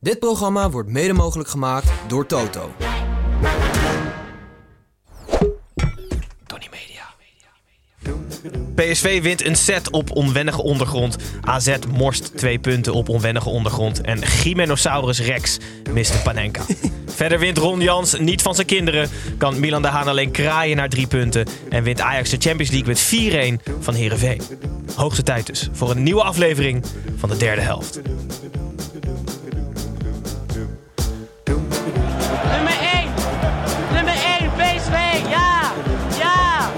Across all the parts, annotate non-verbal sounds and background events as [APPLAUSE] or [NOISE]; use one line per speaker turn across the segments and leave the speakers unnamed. Dit programma wordt mede mogelijk gemaakt door Toto. Tony Media.
PSV wint een set op onwennige ondergrond. AZ morst twee punten op onwennige ondergrond. En Gymenosaurus Rex miste Panenka. Verder wint Ron Jans niet van zijn kinderen. Kan Milan de Haan alleen kraaien naar drie punten. En wint Ajax de Champions League met 4-1 van Heerenveen. Hoogste tijd dus voor een nieuwe aflevering van de derde helft.
Nummer 1. Nummer 1, PSV. Ja. Ja.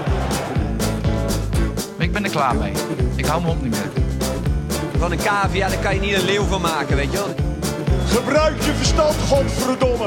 Ik ben er klaar mee. Ik hou me op niet meer.
Van een cavia, daar kan je niet een leeuw van maken, weet je wel.
Gebruik je verstand, godverdomme.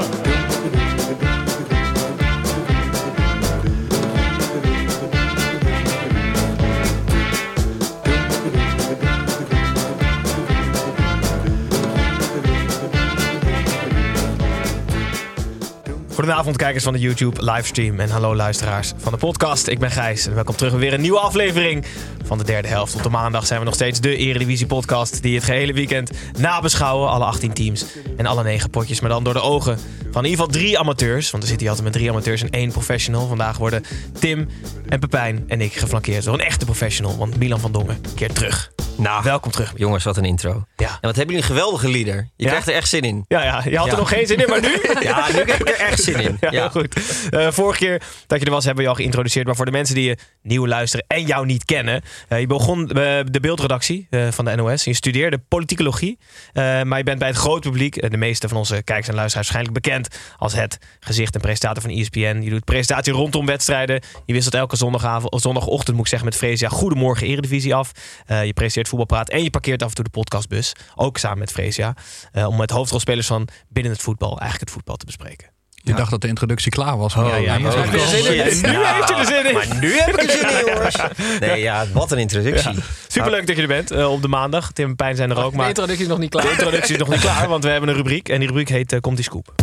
Goedenavond kijkers van de YouTube livestream en hallo luisteraars van de podcast. Ik ben Gijs en welkom terug bij weer een nieuwe aflevering van de derde helft. Op de maandag zijn we nog steeds de Eredivisie podcast die het gehele weekend nabeschouwen. Alle 18 teams en alle 9 potjes, maar dan door de ogen van in ieder geval drie amateurs. Want er zitten hier altijd met drie amateurs en één professional. Vandaag worden Tim en Pepijn en ik geflankeerd door een echte professional. Want Milan van Dongen keert terug.
Nou,
Welkom terug.
jongens, wat een intro.
Ja.
En wat hebben jullie een geweldige leader. Je
Ja?
krijgt er echt zin in.
Ja, ja, je had er
Ja.
nog geen zin in, maar [LAUGHS] nu?
Ja, nu heb ik er echt zin
[LAUGHS]
in.
Ja,
Ja.
heel goed. Eh, vorige keer dat je er was, hebben we je al geïntroduceerd. Maar voor de mensen die je nieuw luisteren en jou niet kennen. eh, je begon eh, de beeldredactie eh, van de NOS. Je studeerde politicologie. eh, maar je bent bij het grote publiek, eh, de meeste van onze kijkers en luisteraars, waarschijnlijk bekend als het gezicht en presentator van E ESPN. Je doet presentatie rondom wedstrijden. Je wisselt elke zondagavond, of zondagochtend moet ik zeggen, met Freesia. Goedemorgen Eredivisie af. Eh, je presenteert voetbalpraat en je parkeert af en toe de podcastbus. Ook samen met Freesia. eh, om met hoofdrolspelers van binnen het voetbal eigenlijk het voetbal te bespreken.
Je dacht dat de introductie klaar
Oh,
was.
ja,
nou,
ja,
maar-
maar-
maar-
heb je er zin in.
Shit.
Nu heeft je er zin in.
Nou, Maar nu heb ik er zin in, jongens. Nee, ja, wat een introductie.
Superleuk dat je er bent eh, op de maandag. Tim en Pijn zijn er ook, maar de
introductie is nog niet klaar.
introductie is nog niet klaar, want we hebben een rubriek. En die rubriek heet eh, Komt die Scoop.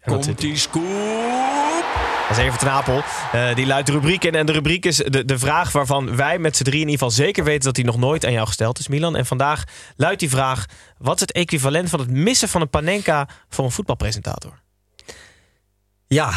En dat zit-
die scoop.
Dat is even ten Apel. Eh, die luidt de rubriek in. En de rubriek is de, de vraag waarvan wij met z'n drie in ieder geval zeker weten dat die nog nooit aan jou gesteld is, Milan. En vandaag luidt die vraag: wat is het equivalent van het missen van een panenka voor een voetbalpresentator?
Ja,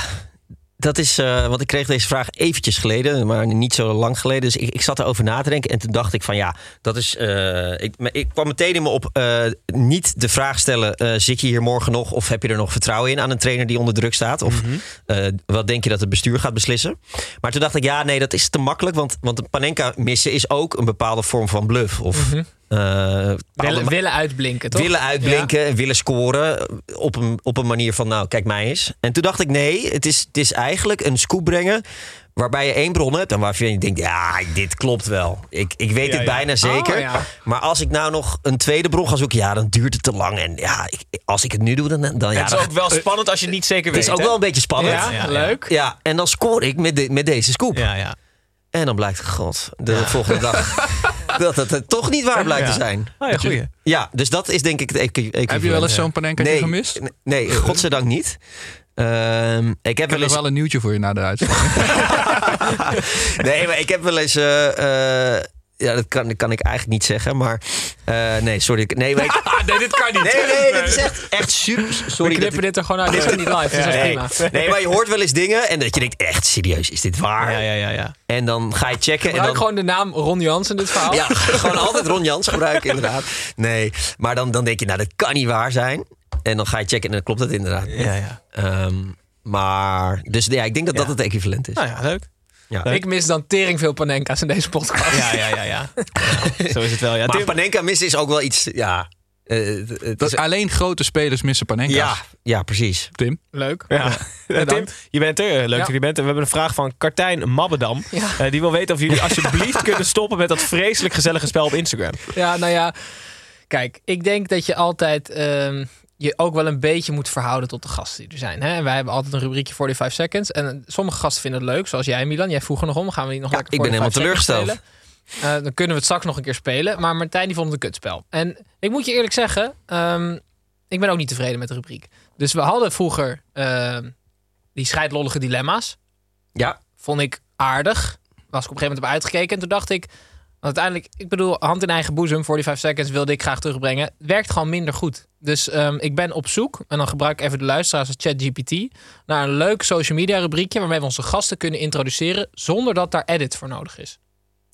dat is, eh, want ik kreeg deze vraag eventjes geleden, maar niet zo lang geleden. Dus ik, ik zat erover na te denken en toen dacht ik van ja, dat is. eh, ik, me- ik kwam meteen in me op eh, niet de vraag stellen: eh, zit je hier morgen nog of heb je er nog vertrouwen in aan een trainer die onder druk staat? Of eh, wat denk je dat het bestuur gaat beslissen? Maar toen dacht ik ja, nee, dat is te makkelijk, want, want een panenka missen is ook een bepaalde vorm van bluff. Of, eh, bepaalde-
willen uitblinken, toch?
willen uitblinken en willen scoren op een, op een manier van, nou, kijk mij eens. En toen dacht ik, nee, het is, het is eigenlijk een scoop brengen waarbij je één bron hebt en waarvan je denkt, ja, dit klopt wel. Ik, ik weet het bijna zeker.
Oh, ja.
Maar als ik nou nog een tweede bron ga zoeken, ja, dan duurt het te lang. En ja, ik- als ik het nu doe, dan... dan ja,
het
dan-
is ook wel spannend als je het niet zeker
het
weet.
is ook
hè?
wel een beetje spannend.
Ja,
Ja.
leuk.
en dan scoor ik met, de- met deze scoop.
Ja, Oh ja.
En dan blijkt, god, de volgende dag... dat het eh, toch niet waar blijkt
Ja.
te zijn.
Oh, ja, goeie.
Ja, dus dat is denk ik het equi- equivalent.
Heb je wel eens
ja.
zo'n panenkaatje
nee,
gemist?
n- Nee, godzijdank niet. Ehm, ik heb
Ik heb
wel
nog
eens.
wel een nieuwtje voor je na de uitzending.
Nee, maar ik heb wel eens. eh, eh, ja, dat kan, dat kan ik eigenlijk niet zeggen, maar. eh, nee, sorry. ik- Nee,
[LAUGHS]
maar ik-
nee, dit kan niet.
nee, nee, dat is echt, echt super.
We
Sorry. dat
knippen
ik-
dit er gewoon uit. Dit is niet live, dus dat is
nee,
prima.
nee, maar je hoort wel eens dingen en dat je denkt, echt serieus, is dit waar?
Ja, ja, ja, ja.
En dan ga je checken. En
Gebruik
dan,
gewoon de naam Ron Jans in dit verhaal.
Ja, gewoon altijd Ron Jans gebruiken, inderdaad. Nee, maar dan, dan denk je, nou, dat kan niet waar zijn. En dan ga je checken en dan klopt het inderdaad. niet.
ja, ja.
Ehm, maar, dus ja, ik denk dat dat
Ja.
het equivalent is.
Nou ja, leuk.
Ja.
Ik mis dan tering veel panenka's in deze podcast.
Ja, ja, ja, [LAUGHS] ja. Ja, Zo is het wel. Ja,
maar
Tim,
Panenka missen is ook wel iets, ja. eh, het- het
Dat
is-
alleen grote spelers missen panenka's.
ja, ja, precies.
Tim.
Leuk.
Ja. [LAUGHS] Eh, Tim, je bent er. Eh, Leuk dat
Ja.
je er bent. En we hebben een vraag van Kartijn Mabbedam. Eh, [LAUGHS] die wil weten of jullie alsjeblieft kunnen stoppen met dat vreselijk gezellige spel op Instagram.
Ja, nou ja. Kijk, ik denk dat je altijd ehm, je ook wel een beetje moet verhouden tot de gasten die er zijn. Hè? En wij hebben altijd een rubriekje 45 seconds. En eh, sommige gasten vinden het leuk, zoals jij Milan. Jij vroeg er nog om, gaan we die nog
Ja,
lekker
ik ben
45
helemaal
seconds
teleurgesteld.
spelen? Eh, dan kunnen we het straks nog een keer spelen. Maar Martijn die vond het een kutspel. En ik moet je eerlijk zeggen, ehm, ik ben ook niet tevreden met de rubriek. Dus we hadden vroeger ehm, die scheidlollige dilemma's.
Ja,
Vond ik aardig. Was ik op een gegeven moment op uitgekeken. En toen dacht ik, want uiteindelijk, ik bedoel, hand in eigen boezem, 45 seconds wilde ik graag terugbrengen. Werkt gewoon minder goed. Dus ehm, ik ben op zoek, en dan gebruik ik even de luisteraars als ChatGPT, naar een leuk social media rubriekje waarmee we onze gasten kunnen introduceren zonder dat daar edit voor nodig is.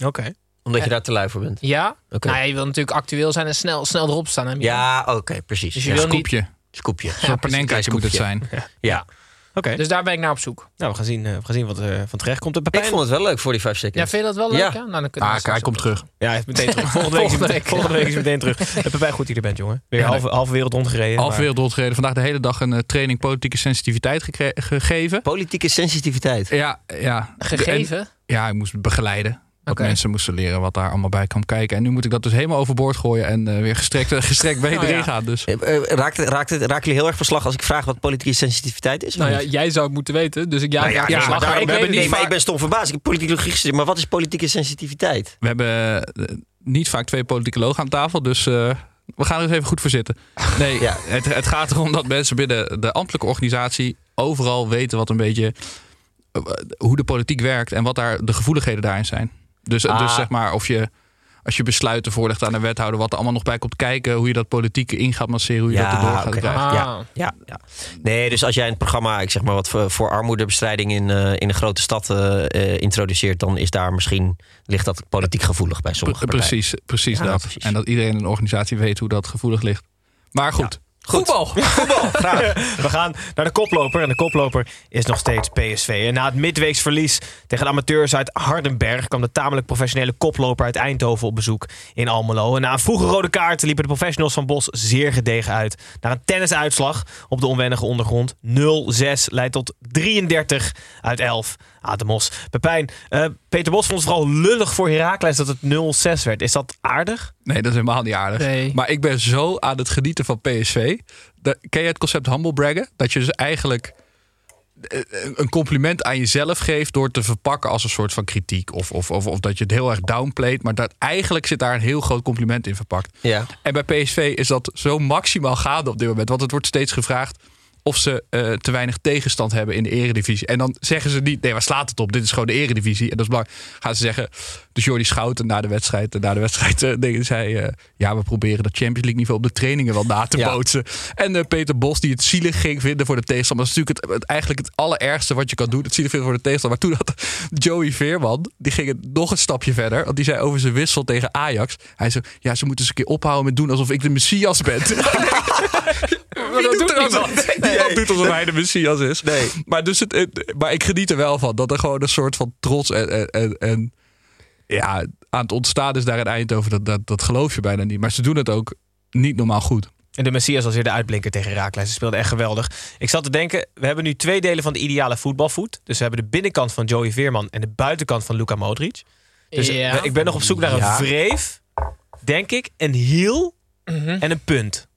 Oké.
omdat je daar te lui voor bent.
Ja?
Oké.
Nou ja, je wil natuurlijk actueel zijn en snel, snel erop staan. Hè, Milan?
Ja, oké, precies.
Dus je
Ja,
wil niet...
Koepje.
scoopje.
Voor panenkaatje moet het
scoopje.
zijn.
Ja.
Oké.
Dus daar ben ik naar op zoek.
Nou, we gaan zien, eh, we gaan zien wat er van terecht komt.
Ik
Pepijn,
vond het wel leuk, 45
Ja,
seconds.
vind je dat wel leuk?
Ja.
hè? Nou, dan kunnen
Ah,
we
kijk, hij
straks
komt terug.
Ja, hij is meteen [LAUGHS] terug. Volgende week,
Volgende
is,
week.
week. Volgende week is hij meteen terug. [LAUGHS] Eh, Pepijn, goed dat je er bent, jongen. Weer
Ja,
half, half wereld rondgereden.
Half
maar-
wereld rondgereden. Vandaag de hele dag een eh, training politieke sensitiviteit gekre- gegeven.
Politieke sensitiviteit.
Ja, ja.
Gegeven?
En- ja, ik moest begeleiden. Dat
Oké.
mensen moesten leren wat daar allemaal bij kwam kijken. En nu moet ik dat dus helemaal overboord gooien en eh, weer gestrekt, [LAUGHS] gestrekt been
Oh, ja.
erin gaan. Dus.
Eh, eh, Raakt, het- raakt, het- raken jullie heel erg verslag als ik vraag wat politieke sensitiviteit is?
Nou
Of
ja,
niet? Nou
jij zou het moeten weten. Dus ik ja,
ja,
ja,
maar
maar ik
daar- we
weet
hebben
het
niet,
niet.
maar ik ben stom verbaasd. Ik heb politicologie gestudeerd, maar wat is politieke sensitiviteit?
We hebben eh, niet vaak twee politicologen aan tafel, dus eh, we gaan er eens even goed voor zitten. Nee,
[LAUGHS] Ja.
het, het gaat erom dat mensen binnen de ambtelijke organisatie overal weten wat een beetje eh, hoe de politiek werkt en wat daar de gevoeligheden daarin zijn. Dus,
Ah.
dus zeg maar, of je als je besluiten voorlegt aan een wethouder, wat er allemaal nog bij komt kijken, hoe je dat politieke in gaat masseren, hoe je
Ja,
dat erdoor gaat
oké.
krijgen.
Ah.
Ja, ja, ja. Nee, dus als jij een programma, ik zeg maar wat voor, voor armoedebestrijding in, eh, in een grote stad eh, eh, introduceert, dan is daar misschien ligt dat politiek gevoelig bij
Pre-
sommige partijen.
precies, precies
Ja,
dat.
precies.
En dat iedereen in een organisatie weet hoe dat gevoelig ligt. Maar goed,
Goed. Voetbal. Voetbal, graag.
We gaan naar de koploper. En de koploper is nog steeds PSV. En na het midweeksverlies tegen de amateurs uit Hardenberg... kwam de tamelijk professionele koploper uit Eindhoven op bezoek in Almelo. En na een vroege rode kaart liepen de professionals van Bos zeer gedegen uit. Na een tennisuitslag op de onwennige ondergrond. 0-6 leidt tot 33 uit 11. Atemos. Pepijn, eh, Peter Bos vond het vooral lullig voor Heracles dat het 0-6 werd. Is dat aardig?
Nee, dat is helemaal niet aardig.
Nee.
Maar ik ben zo aan het genieten van PSV. Dat- ken je het concept humble braggen? Dat je dus eigenlijk eh, een compliment aan jezelf geeft door te verpakken als een soort van kritiek. Of, of, of, of dat je het heel erg downplayt. Maar dat, eigenlijk zit daar een heel groot compliment in verpakt.
Ja.
En bij PSV is dat zo maximaal gaande op dit moment. Want het wordt steeds gevraagd of ze eh, te weinig tegenstand hebben in de eredivisie. En dan zeggen ze niet, nee, waar slaat het op? Dit is gewoon de eredivisie. En dat is belangrijk. Gaan ze zeggen, dus Jordi Schouten na de wedstrijd, na de wedstrijd eh, dingen zei... eh, ja, we proberen dat Champions League niveau op de trainingen wel na te
Ja.
bootsen. En eh, Peter Bos, die het zielig ging vinden voor de tegenstander. Dat is natuurlijk het, het- eigenlijk het allerergste wat je kan doen. Het zielig vinden voor de tegenstander. Maar toen had [LAUGHS] Joey Veerman, die ging het nog een stapje verder. Want die zei over zijn wissel tegen Ajax. Hij zei, ja, ze moeten eens een keer ophouden met doen alsof ik de Messias ben. [LAUGHS] Maar dat doet niemand. Niemand doet alsof hij de Messias is.
Nee.
Maar, dus het, het- maar ik geniet er wel van. Dat er gewoon een soort van trots en, en- en, en ja, aan het ontstaan is daar in Eindhoven. Dat, dat, dat geloof je bijna niet. Maar ze doen het ook niet normaal goed.
En de Messias was weer de uitblinker tegen Raakles. Ze speelde echt geweldig. Ik zat te denken, we hebben nu twee delen van de ideale voetbalvoet. Dus we hebben de binnenkant van Joey Veerman en de buitenkant van Luka Modric. Dus
Ja.
ik ben nog op zoek naar een
Ja.
wreef, denk ik, een hiel
Mhm.
en een punt.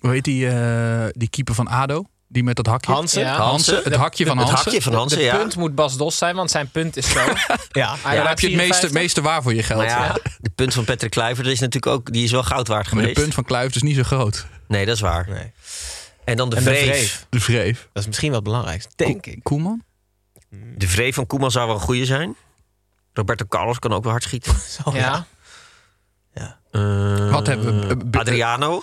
Hoe heet die, eh, die keeper van ADO? Die met dat hakje?
Hansen?
Ja.
Hansen, het hakje van
Het
Hansen.
hakje van Hansen,
de
ja.
punt moet Bas Dos zijn, want zijn punt is zo.
Ja.
Hij
Daar
raakt
heb je het meeste,
54.
meeste waar voor je geld.
Maar ja, de punt van Patrick Kluivert is natuurlijk ook, die is wel goud waard
Maar de
geweest.
punt van Kluivert is niet zo groot.
Nee, dat is waar.
Nee.
En dan de
En de
vreef.
wreef.
De vreef.
Dat is misschien wel het belangrijkste, denk ik.
Koeman?
De vreef van Koeman zou wel een goede zijn. Roberto Carlos kan ook wel hard
[LAUGHS]
schieten.
Zo,
ja.
Wat hebben we? B- Oh,
Adriano.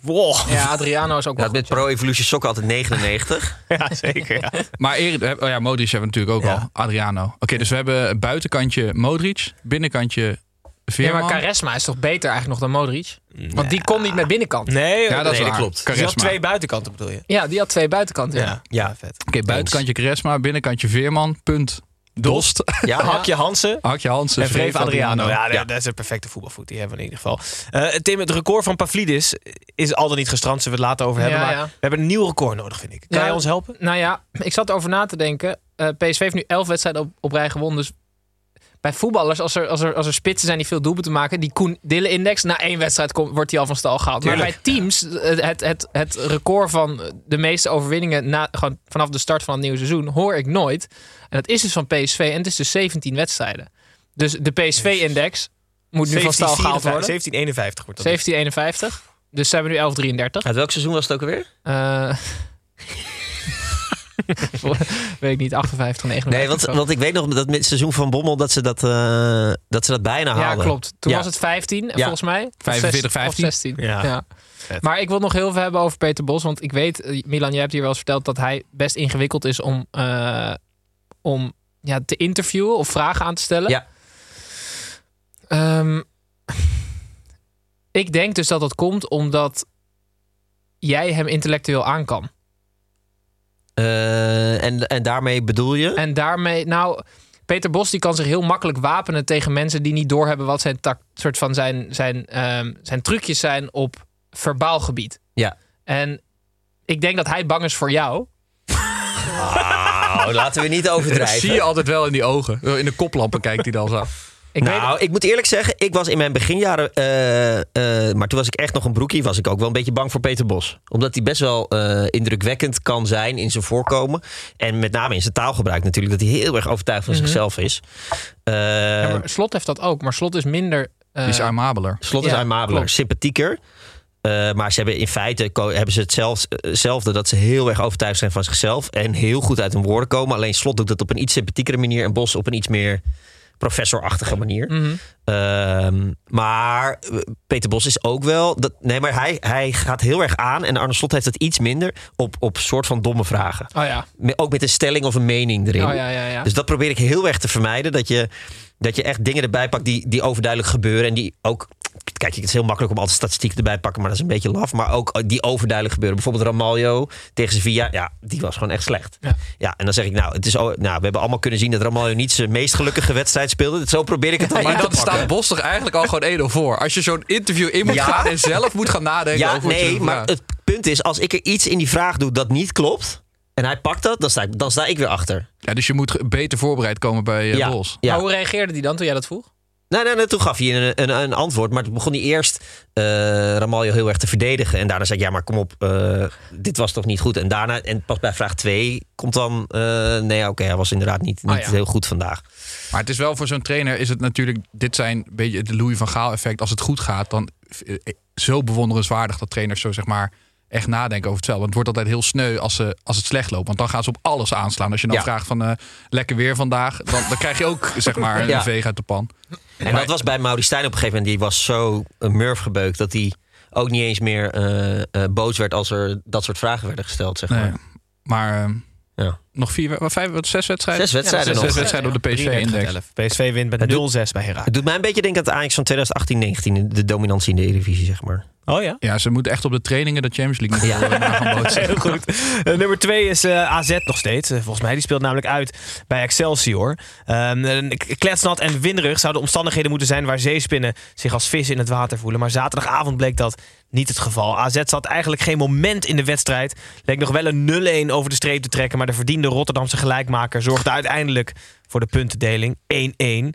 Wow.
ja, Adriano is ook
Ja,
wel
had met
goed, ja.
Pro Evolution Soccer altijd 99.
[LAUGHS]
Ja, zeker. Ja.
Maar Erik, we hebben- oh ja, Modric hebben we natuurlijk ook
Ja.
al. Adriano. Oké, dus we hebben een buitenkantje Modric, binnenkantje
Ja,
Veerman.
maar Caresma is toch beter eigenlijk nog dan Modric? Want die kon niet met binnenkant.
Nee,
Ja, dat is
Nee, dat
waar.
klopt.
dus je
Caresma.
had twee buitenkanten bedoel je?
Ja, die had twee buitenkanten. Ja.
Ja.
vet.
Oké, buitenkantje Kresma, binnenkantje Veerman, punt. Dost.
Ja,
Hakje Hansen.
Hakje Hansen.
En Vreef
nou?
Adriano. Ja,
Ja.
dat is een perfecte voetbalvoet. Die hebben we in ieder geval. Eh, Tim, het record van Pavlidis is al dan niet gestrand. Zullen we het later over hebben.
Ja,
maar
ja.
we hebben een nieuw record nodig, vind ik. Kan
Ja.
jij ons helpen?
Nou ja, ik zat erover na te denken. Eh, PSV heeft nu 11 wedstrijden op, op rij gewonnen. Dus bij voetballers, als er, als, er, als er spitsen zijn die veel doelpunten maken, die Koen Dille-index, na één wedstrijd komt, wordt die al van stal gehaald. Maar bij teams, het, het, het, het record van de meeste overwinningen na, gewoon vanaf de start van het nieuwe seizoen, hoor ik nooit. En dat is dus van PSV en het is dus 17 wedstrijden. Dus de PSV-index moet nu van stal gehaald worden.
1751 wordt dat.
1751. Dus zijn we nu 1133.
Uit welk seizoen was het ook alweer?
Eh [LAUGHS] weet ik niet, 58, 59.
Nee, want,
of zo.
want ik weet nog dat met het seizoen van Bommel dat ze dat, eh, dat, ze dat bijna
ja,
haalden.
klopt. Toen
Ja.
was het 15, en
Ja.
volgens mij. Of
45,
zes-
15.
Of 16.
Ja.
Ja. Maar ik wil nog heel veel hebben over Peter Bos. Want ik weet, eh, Milan, jij hebt hier wel eens verteld dat hij best ingewikkeld is om, eh, om ja, te interviewen of vragen aan te stellen.
Ja.
Ehm, [LAUGHS] ik denk dus dat dat komt omdat jij hem intellectueel aan kan.
Eh, en, en daarmee bedoel je?
En daarmee, nou, Peter Bos die kan zich heel makkelijk wapenen tegen mensen die niet doorhebben wat zijn, tak, soort van zijn, zijn, ehm, zijn trucjes zijn op verbaal gebied.
Ja.
En ik denk dat hij bang is voor jou. Oh,
Nou,
[LAUGHS]
laten we niet
Dat
overdrijven.
zie je altijd wel in die ogen. Eh, In de koplampen kijkt hij dan zo.
Ik weet,
nou, ik moet eerlijk zeggen, ik was in mijn beginjaren, eh, eh, maar toen was ik echt nog een broekie, was ik ook wel een beetje bang voor Peter Bos. Omdat hij best wel eh, indrukwekkend kan zijn in zijn voorkomen. En met name in zijn taalgebruik natuurlijk, dat hij heel erg overtuigd van zichzelf is. Eh,
Mhm. ja, maar Slot heeft dat ook, maar Slot is minder. eh,
Die is armabeler.
Slot is
Ja,
uitmabeler,
klopt.
sympathieker. Eh, maar ze hebben in feite ko- hebben ze het zelfs- hetzelfde. Dat ze heel erg overtuigd zijn van zichzelf. En heel goed uit hun woorden komen. Alleen Slot doet dat op een iets sympathiekere manier. En Bos op een iets meer professorachtige manier.
mhm.
Ehm, maar eh, Peter Bos is ook wel... Dat, nee, maar hij, hij gaat heel erg aan. En Arne Slot heeft het iets minder op, op soort van domme vragen.
Oh ja.
Me- Ook met een stelling of een mening erin.
Oh ja, ja, ja.
Dus dat probeer ik heel erg te vermijden. Dat je, dat je echt dingen erbij pakt die, die overduidelijk gebeuren. En die ook. Kijk, het is heel makkelijk om altijd statistieken erbij te pakken, maar dat is een beetje laf. Maar ook eh, die overduidelijk gebeuren. Bijvoorbeeld Ramaljo tegen Sevilla. Ja, die was gewoon echt slecht. Ja,
Ja.
en dan zeg ik, nou, het is, o- nou, we hebben allemaal kunnen zien dat Ramaljo niet zijn meest gelukkige wedstrijd speelde. Zo probeer ik het dan
Maar
in te
dan
pakken.
staat Bos toch eigenlijk al gewoon Edo voor. Als je zo'n interview in moet
Ja.
gaan en zelf moet gaan nadenken
Ja,
over wat je
nee,
doet.
maar
Ja.
het punt is, als ik er iets in die vraag doe dat niet klopt. En hij pakt dat, dan sta ik, dan sta ik weer achter.
Ja, dus je moet ge- beter voorbereid komen bij eh,
ja,
Bos.
ja.
Maar hoe reageerde hij dan toen jij dat vroeg?
Nee, nee, nee, toen gaf hij een, een, een antwoord. Maar toen begon hij eerst eh Ramaljo heel erg te verdedigen. En daarna zei ik, ja, maar kom op, eh, dit was toch niet goed. En daarna, en pas bij vraag 2 komt dan... eh, nee, oké, hij was inderdaad niet, niet
Ah, ja.
heel goed vandaag.
Maar het is wel voor zo'n trainer is het natuurlijk... Dit zijn een beetje het Louis van Gaal effect. Als het goed gaat, dan eh, eh, zo bewonderenswaardig dat trainers zo zeg maar echt nadenken over het veld. Want het wordt altijd heel sneu als, ze, als het slecht loopt. Want dan gaan ze op alles aanslaan. Als je dan
Ja.
vraagt van eh, lekker weer vandaag, dan, dan krijg je
[LAUGHS]
ook zeg maar een
Ja.
veeg uit de pan.
En dat was bij Mauri Stijn op een gegeven moment. Die was zo een murf gebeukt dat hij ook niet eens meer eh, eh, boos werd... als er dat soort vragen werden gesteld, zeg maar.
Nee. Maar eh,
Ja.
nog vier, we- wat, vijf, wat, zes wedstrijden?
Zes wedstrijden
zes
nog.
wedstrijden op de PSV-index.
11. PSV wint met 0-6 bij Herak.
Het doet mij een beetje denken aan het Ajax van 2018-19. De dominantie in de Eredivisie, zeg maar.
Oh ja.
Ja, ze moeten echt op de trainingen de Champions League nog wel naar
[LAUGHS]
gaan bootsen.
[LAUGHS] Heel goed. Eh, nummer 2 is eh, AZ nog steeds. Eh, volgens mij, die speelt namelijk uit bij Excelsior. Ehm, en k- kletsnat en winderig zouden omstandigheden moeten zijn waar zeespinnen zich als vissen in het water voelen. Maar zaterdagavond bleek dat niet het geval. AZ zat eigenlijk geen moment in de wedstrijd. Leek nog wel een 0-1 over de streep te trekken. Maar de verdiende Rotterdamse gelijkmaker zorgde uiteindelijk voor de puntendeling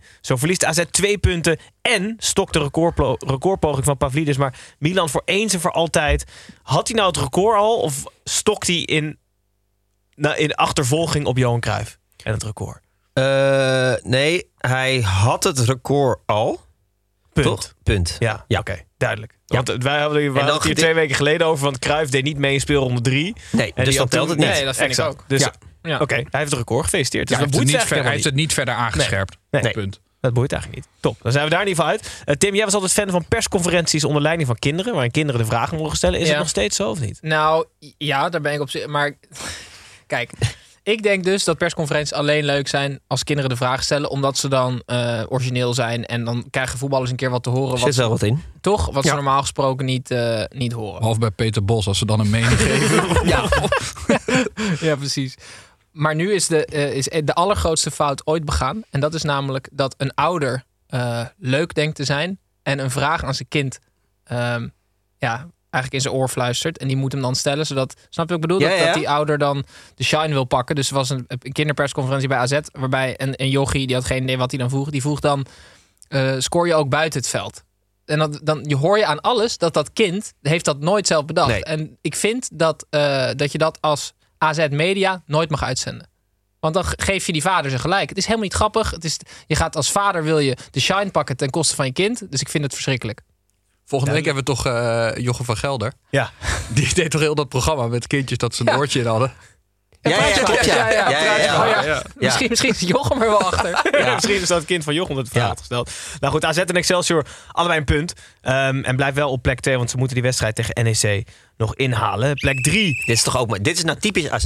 1-1. Zo verliest AZ twee punten en stokt de recordplo- recordpoging van Pavlidis. Maar Milan voor eens en voor altijd. Had hij nou het record al of stokt hij in, nou, in achtervolging op Johan Cruijff en het record?
Eh, nee, hij had het record al.
Punt.
Toch? Punt.
Ja,
Ja.
oké, duidelijk.
Ja.
Want eh, wij hadden, we hadden
dan
het hier
gedi-
twee weken geleden over, want Cruijff deed niet mee in speelronde 3.
Nee, dus dan telt het niet.
Nee, dat vind ik
exact.
ook.
Dus
Ja.
Ja.
oké, hij heeft het record gefeliciteerd.
Ja,
Dus
hij,
dat
heeft het
boeit eigenlijk
niet
helemaal
verder, hij heeft
niet.
het niet verder aangescherpt.
Nee. Nee.
Punt.
Dat boeit eigenlijk niet. Top, dan zijn we daar in ieder geval uit. Eh, Tim, jij was altijd fan van persconferenties onder leiding van kinderen, waarin kinderen de vragen mogen stellen. Is
Ja.
het nog steeds zo of niet?
Nou, ja, daar ben ik op zich. Maar [LAUGHS] kijk, ik denk dus dat persconferenties alleen leuk zijn als kinderen de vraag stellen, omdat ze dan eh, origineel zijn en dan krijgen voetballers een keer wat te horen,
Er zit
wat,
wel wat in.
toch, wat
Ja.
ze normaal gesproken niet, eh, niet horen.
Behalve bij Peter Bos, als ze dan een mening
[LAUGHS] Oh.
geven.
Ja. ja, precies. Maar nu is de, eh, is de allergrootste fout ooit begaan. En dat is namelijk dat een ouder eh, leuk denkt te zijn en een vraag aan zijn kind ehm, ja, eigenlijk in zijn oor fluistert. En die moet hem dan stellen, zodat... Snap je wat ik bedoel?
Ja,
dat,
ja.
dat die ouder dan de shine wil pakken. Dus er was een, een kinderpersconferentie bij AZ... waarbij een, een jochie, die had geen idee wat hij dan vroeg... die vroeg dan, eh, scoor je ook buiten het veld? En dat, dan je hoor je aan alles dat dat kind... heeft dat nooit zelf bedacht.
Nee.
En ik vind dat, eh, dat je dat als AZ Media nooit mag uitzenden. Want dan ge- geef je die vader ze gelijk. Het is helemaal niet grappig. Het is, je gaat als vader wil je de shine pakken ten koste van je kind. Dus ik vind het verschrikkelijk.
Volgende week hebben we toch eh Jochem van Gelder.
Ja.
Die deed toch heel dat programma met kindjes dat ze een
Ja.
oortje in hadden.
Ja, ja, ja, klopt, ja. Ja, ja, ja.
Oh ja.
Ja.
Misschien, misschien is Jochem er wel achter.
[LAUGHS] Ja, misschien is dat het kind van Jochem dat het verhaal had gesteld. Nou goed, AZ en Excelsior allebei een punt. Ehm, en blijf wel op plek 2, want ze moeten die wedstrijd tegen NEC nog inhalen. Plek 3.
Dit is toch ook maar. Dit is nou typisch AZ.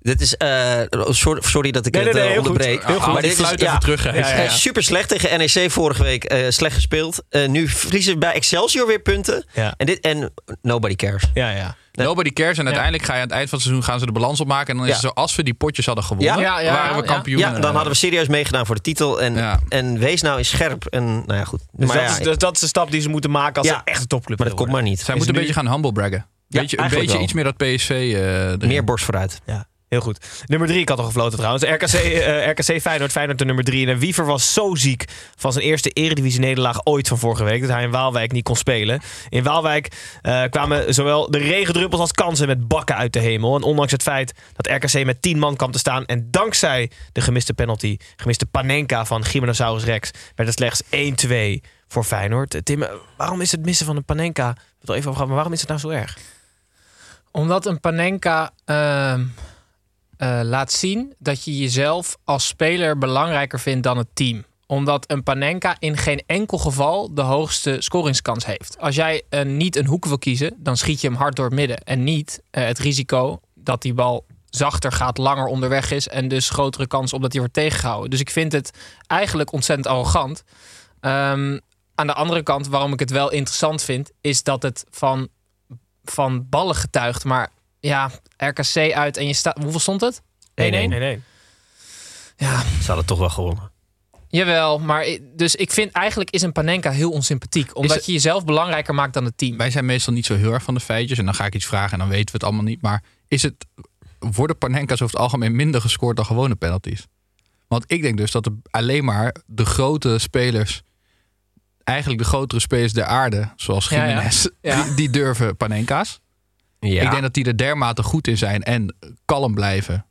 Dit is. eh, sorry, sorry dat ik
Nee,
het
nee, nee,
eh,
heel goed.
onderbreek.
Heel goed.
Maar
die
dit is, Eh,
fluit even terug. hè.
Ja, ja, ja.
Super slecht tegen NEC vorige week. eh, slecht gespeeld. Eh, nu verliezen we bij Excelsior weer punten.
Ja.
En, dit, en nobody cares.
Ja, ja.
Nobody cares. En uiteindelijk ga je aan het eind van het seizoen gaan ze de balans opmaken. En dan is
Ja.
het zo, als we die potjes hadden gewonnen,
Ja,
ja, ja,
waren we
ja.
kampioen.
Ja, dan hadden we serieus meegedaan voor de titel. En,
Ja.
en wees nou eens scherp. En nou ja, goed.
Dus,
maar
dat,
ja,
is, dus dat is de stap die ze moeten maken als
Ja.
ze echt een topclub
maar dat komt
willen
maar niet.
Zij moeten een
nu-
beetje gaan humble braggen. beetje, een
eigenlijk
beetje
wel.
iets meer dat PSV eh, erin.
Meer borst vooruit.
worden. Ja. Heel goed. Nummer 3, ik had al gefloten trouwens. RKC, eh, RKC Feyenoord, Feyenoord de nummer 3. En Wiever was zo ziek van zijn eerste eredivisie-nederlaag ooit van vorige week... dat hij in Waalwijk niet kon spelen. In Waalwijk eh, kwamen zowel de regendruppels als kansen met bakken uit de hemel. En ondanks het feit dat RKC met 10 man kwam te staan... en dankzij de gemiste penalty, gemiste panenka van Gymnosaurus Rex... werd het slechts 1-2 voor Feyenoord. Eh, Tim, eh, waarom is het missen van een panenka... Ik wil het al even over gehad, maar waarom is het nou zo erg?
Omdat een Panenka ehm, eh, laat zien dat je jezelf als speler belangrijker vindt dan het team. Omdat een Panenka in geen enkel geval de hoogste scoringskans heeft. Als jij eh, niet een hoek wil kiezen, dan schiet je hem hard door het midden. En niet eh, het risico dat die bal zachter gaat, langer onderweg is. En dus grotere kans op dat hij wordt tegengehouden. Dus ik vind het eigenlijk ontzettend arrogant. Ehm, aan de andere kant, waarom ik het wel interessant vind, is dat het van van ballen getuigd. Maar ja, RKC uit en je staat. Hoeveel stond het? 1-1.
nee, nee.
Ja,
Ze hadden toch wel gewonnen.
jawel. Maar i- dus ik vind eigenlijk is een Panenka heel onsympathiek. Omdat
het-
je jezelf belangrijker maakt dan het team.
Wij zijn meestal niet zo heel erg van de feitjes. En dan ga ik iets vragen en dan weten we het allemaal niet. Maar is het, worden Panenka's over het algemeen minder gescoord dan gewone penalties? Want ik denk dus dat er alleen maar de grote spelers... Eigenlijk de grotere spelers der aarde, zoals
Ja, ja.
Jiménez,
Ja.
Die, die durven Panenka's.
Ja.
Ik denk dat die er dermate goed in zijn en kalm blijven.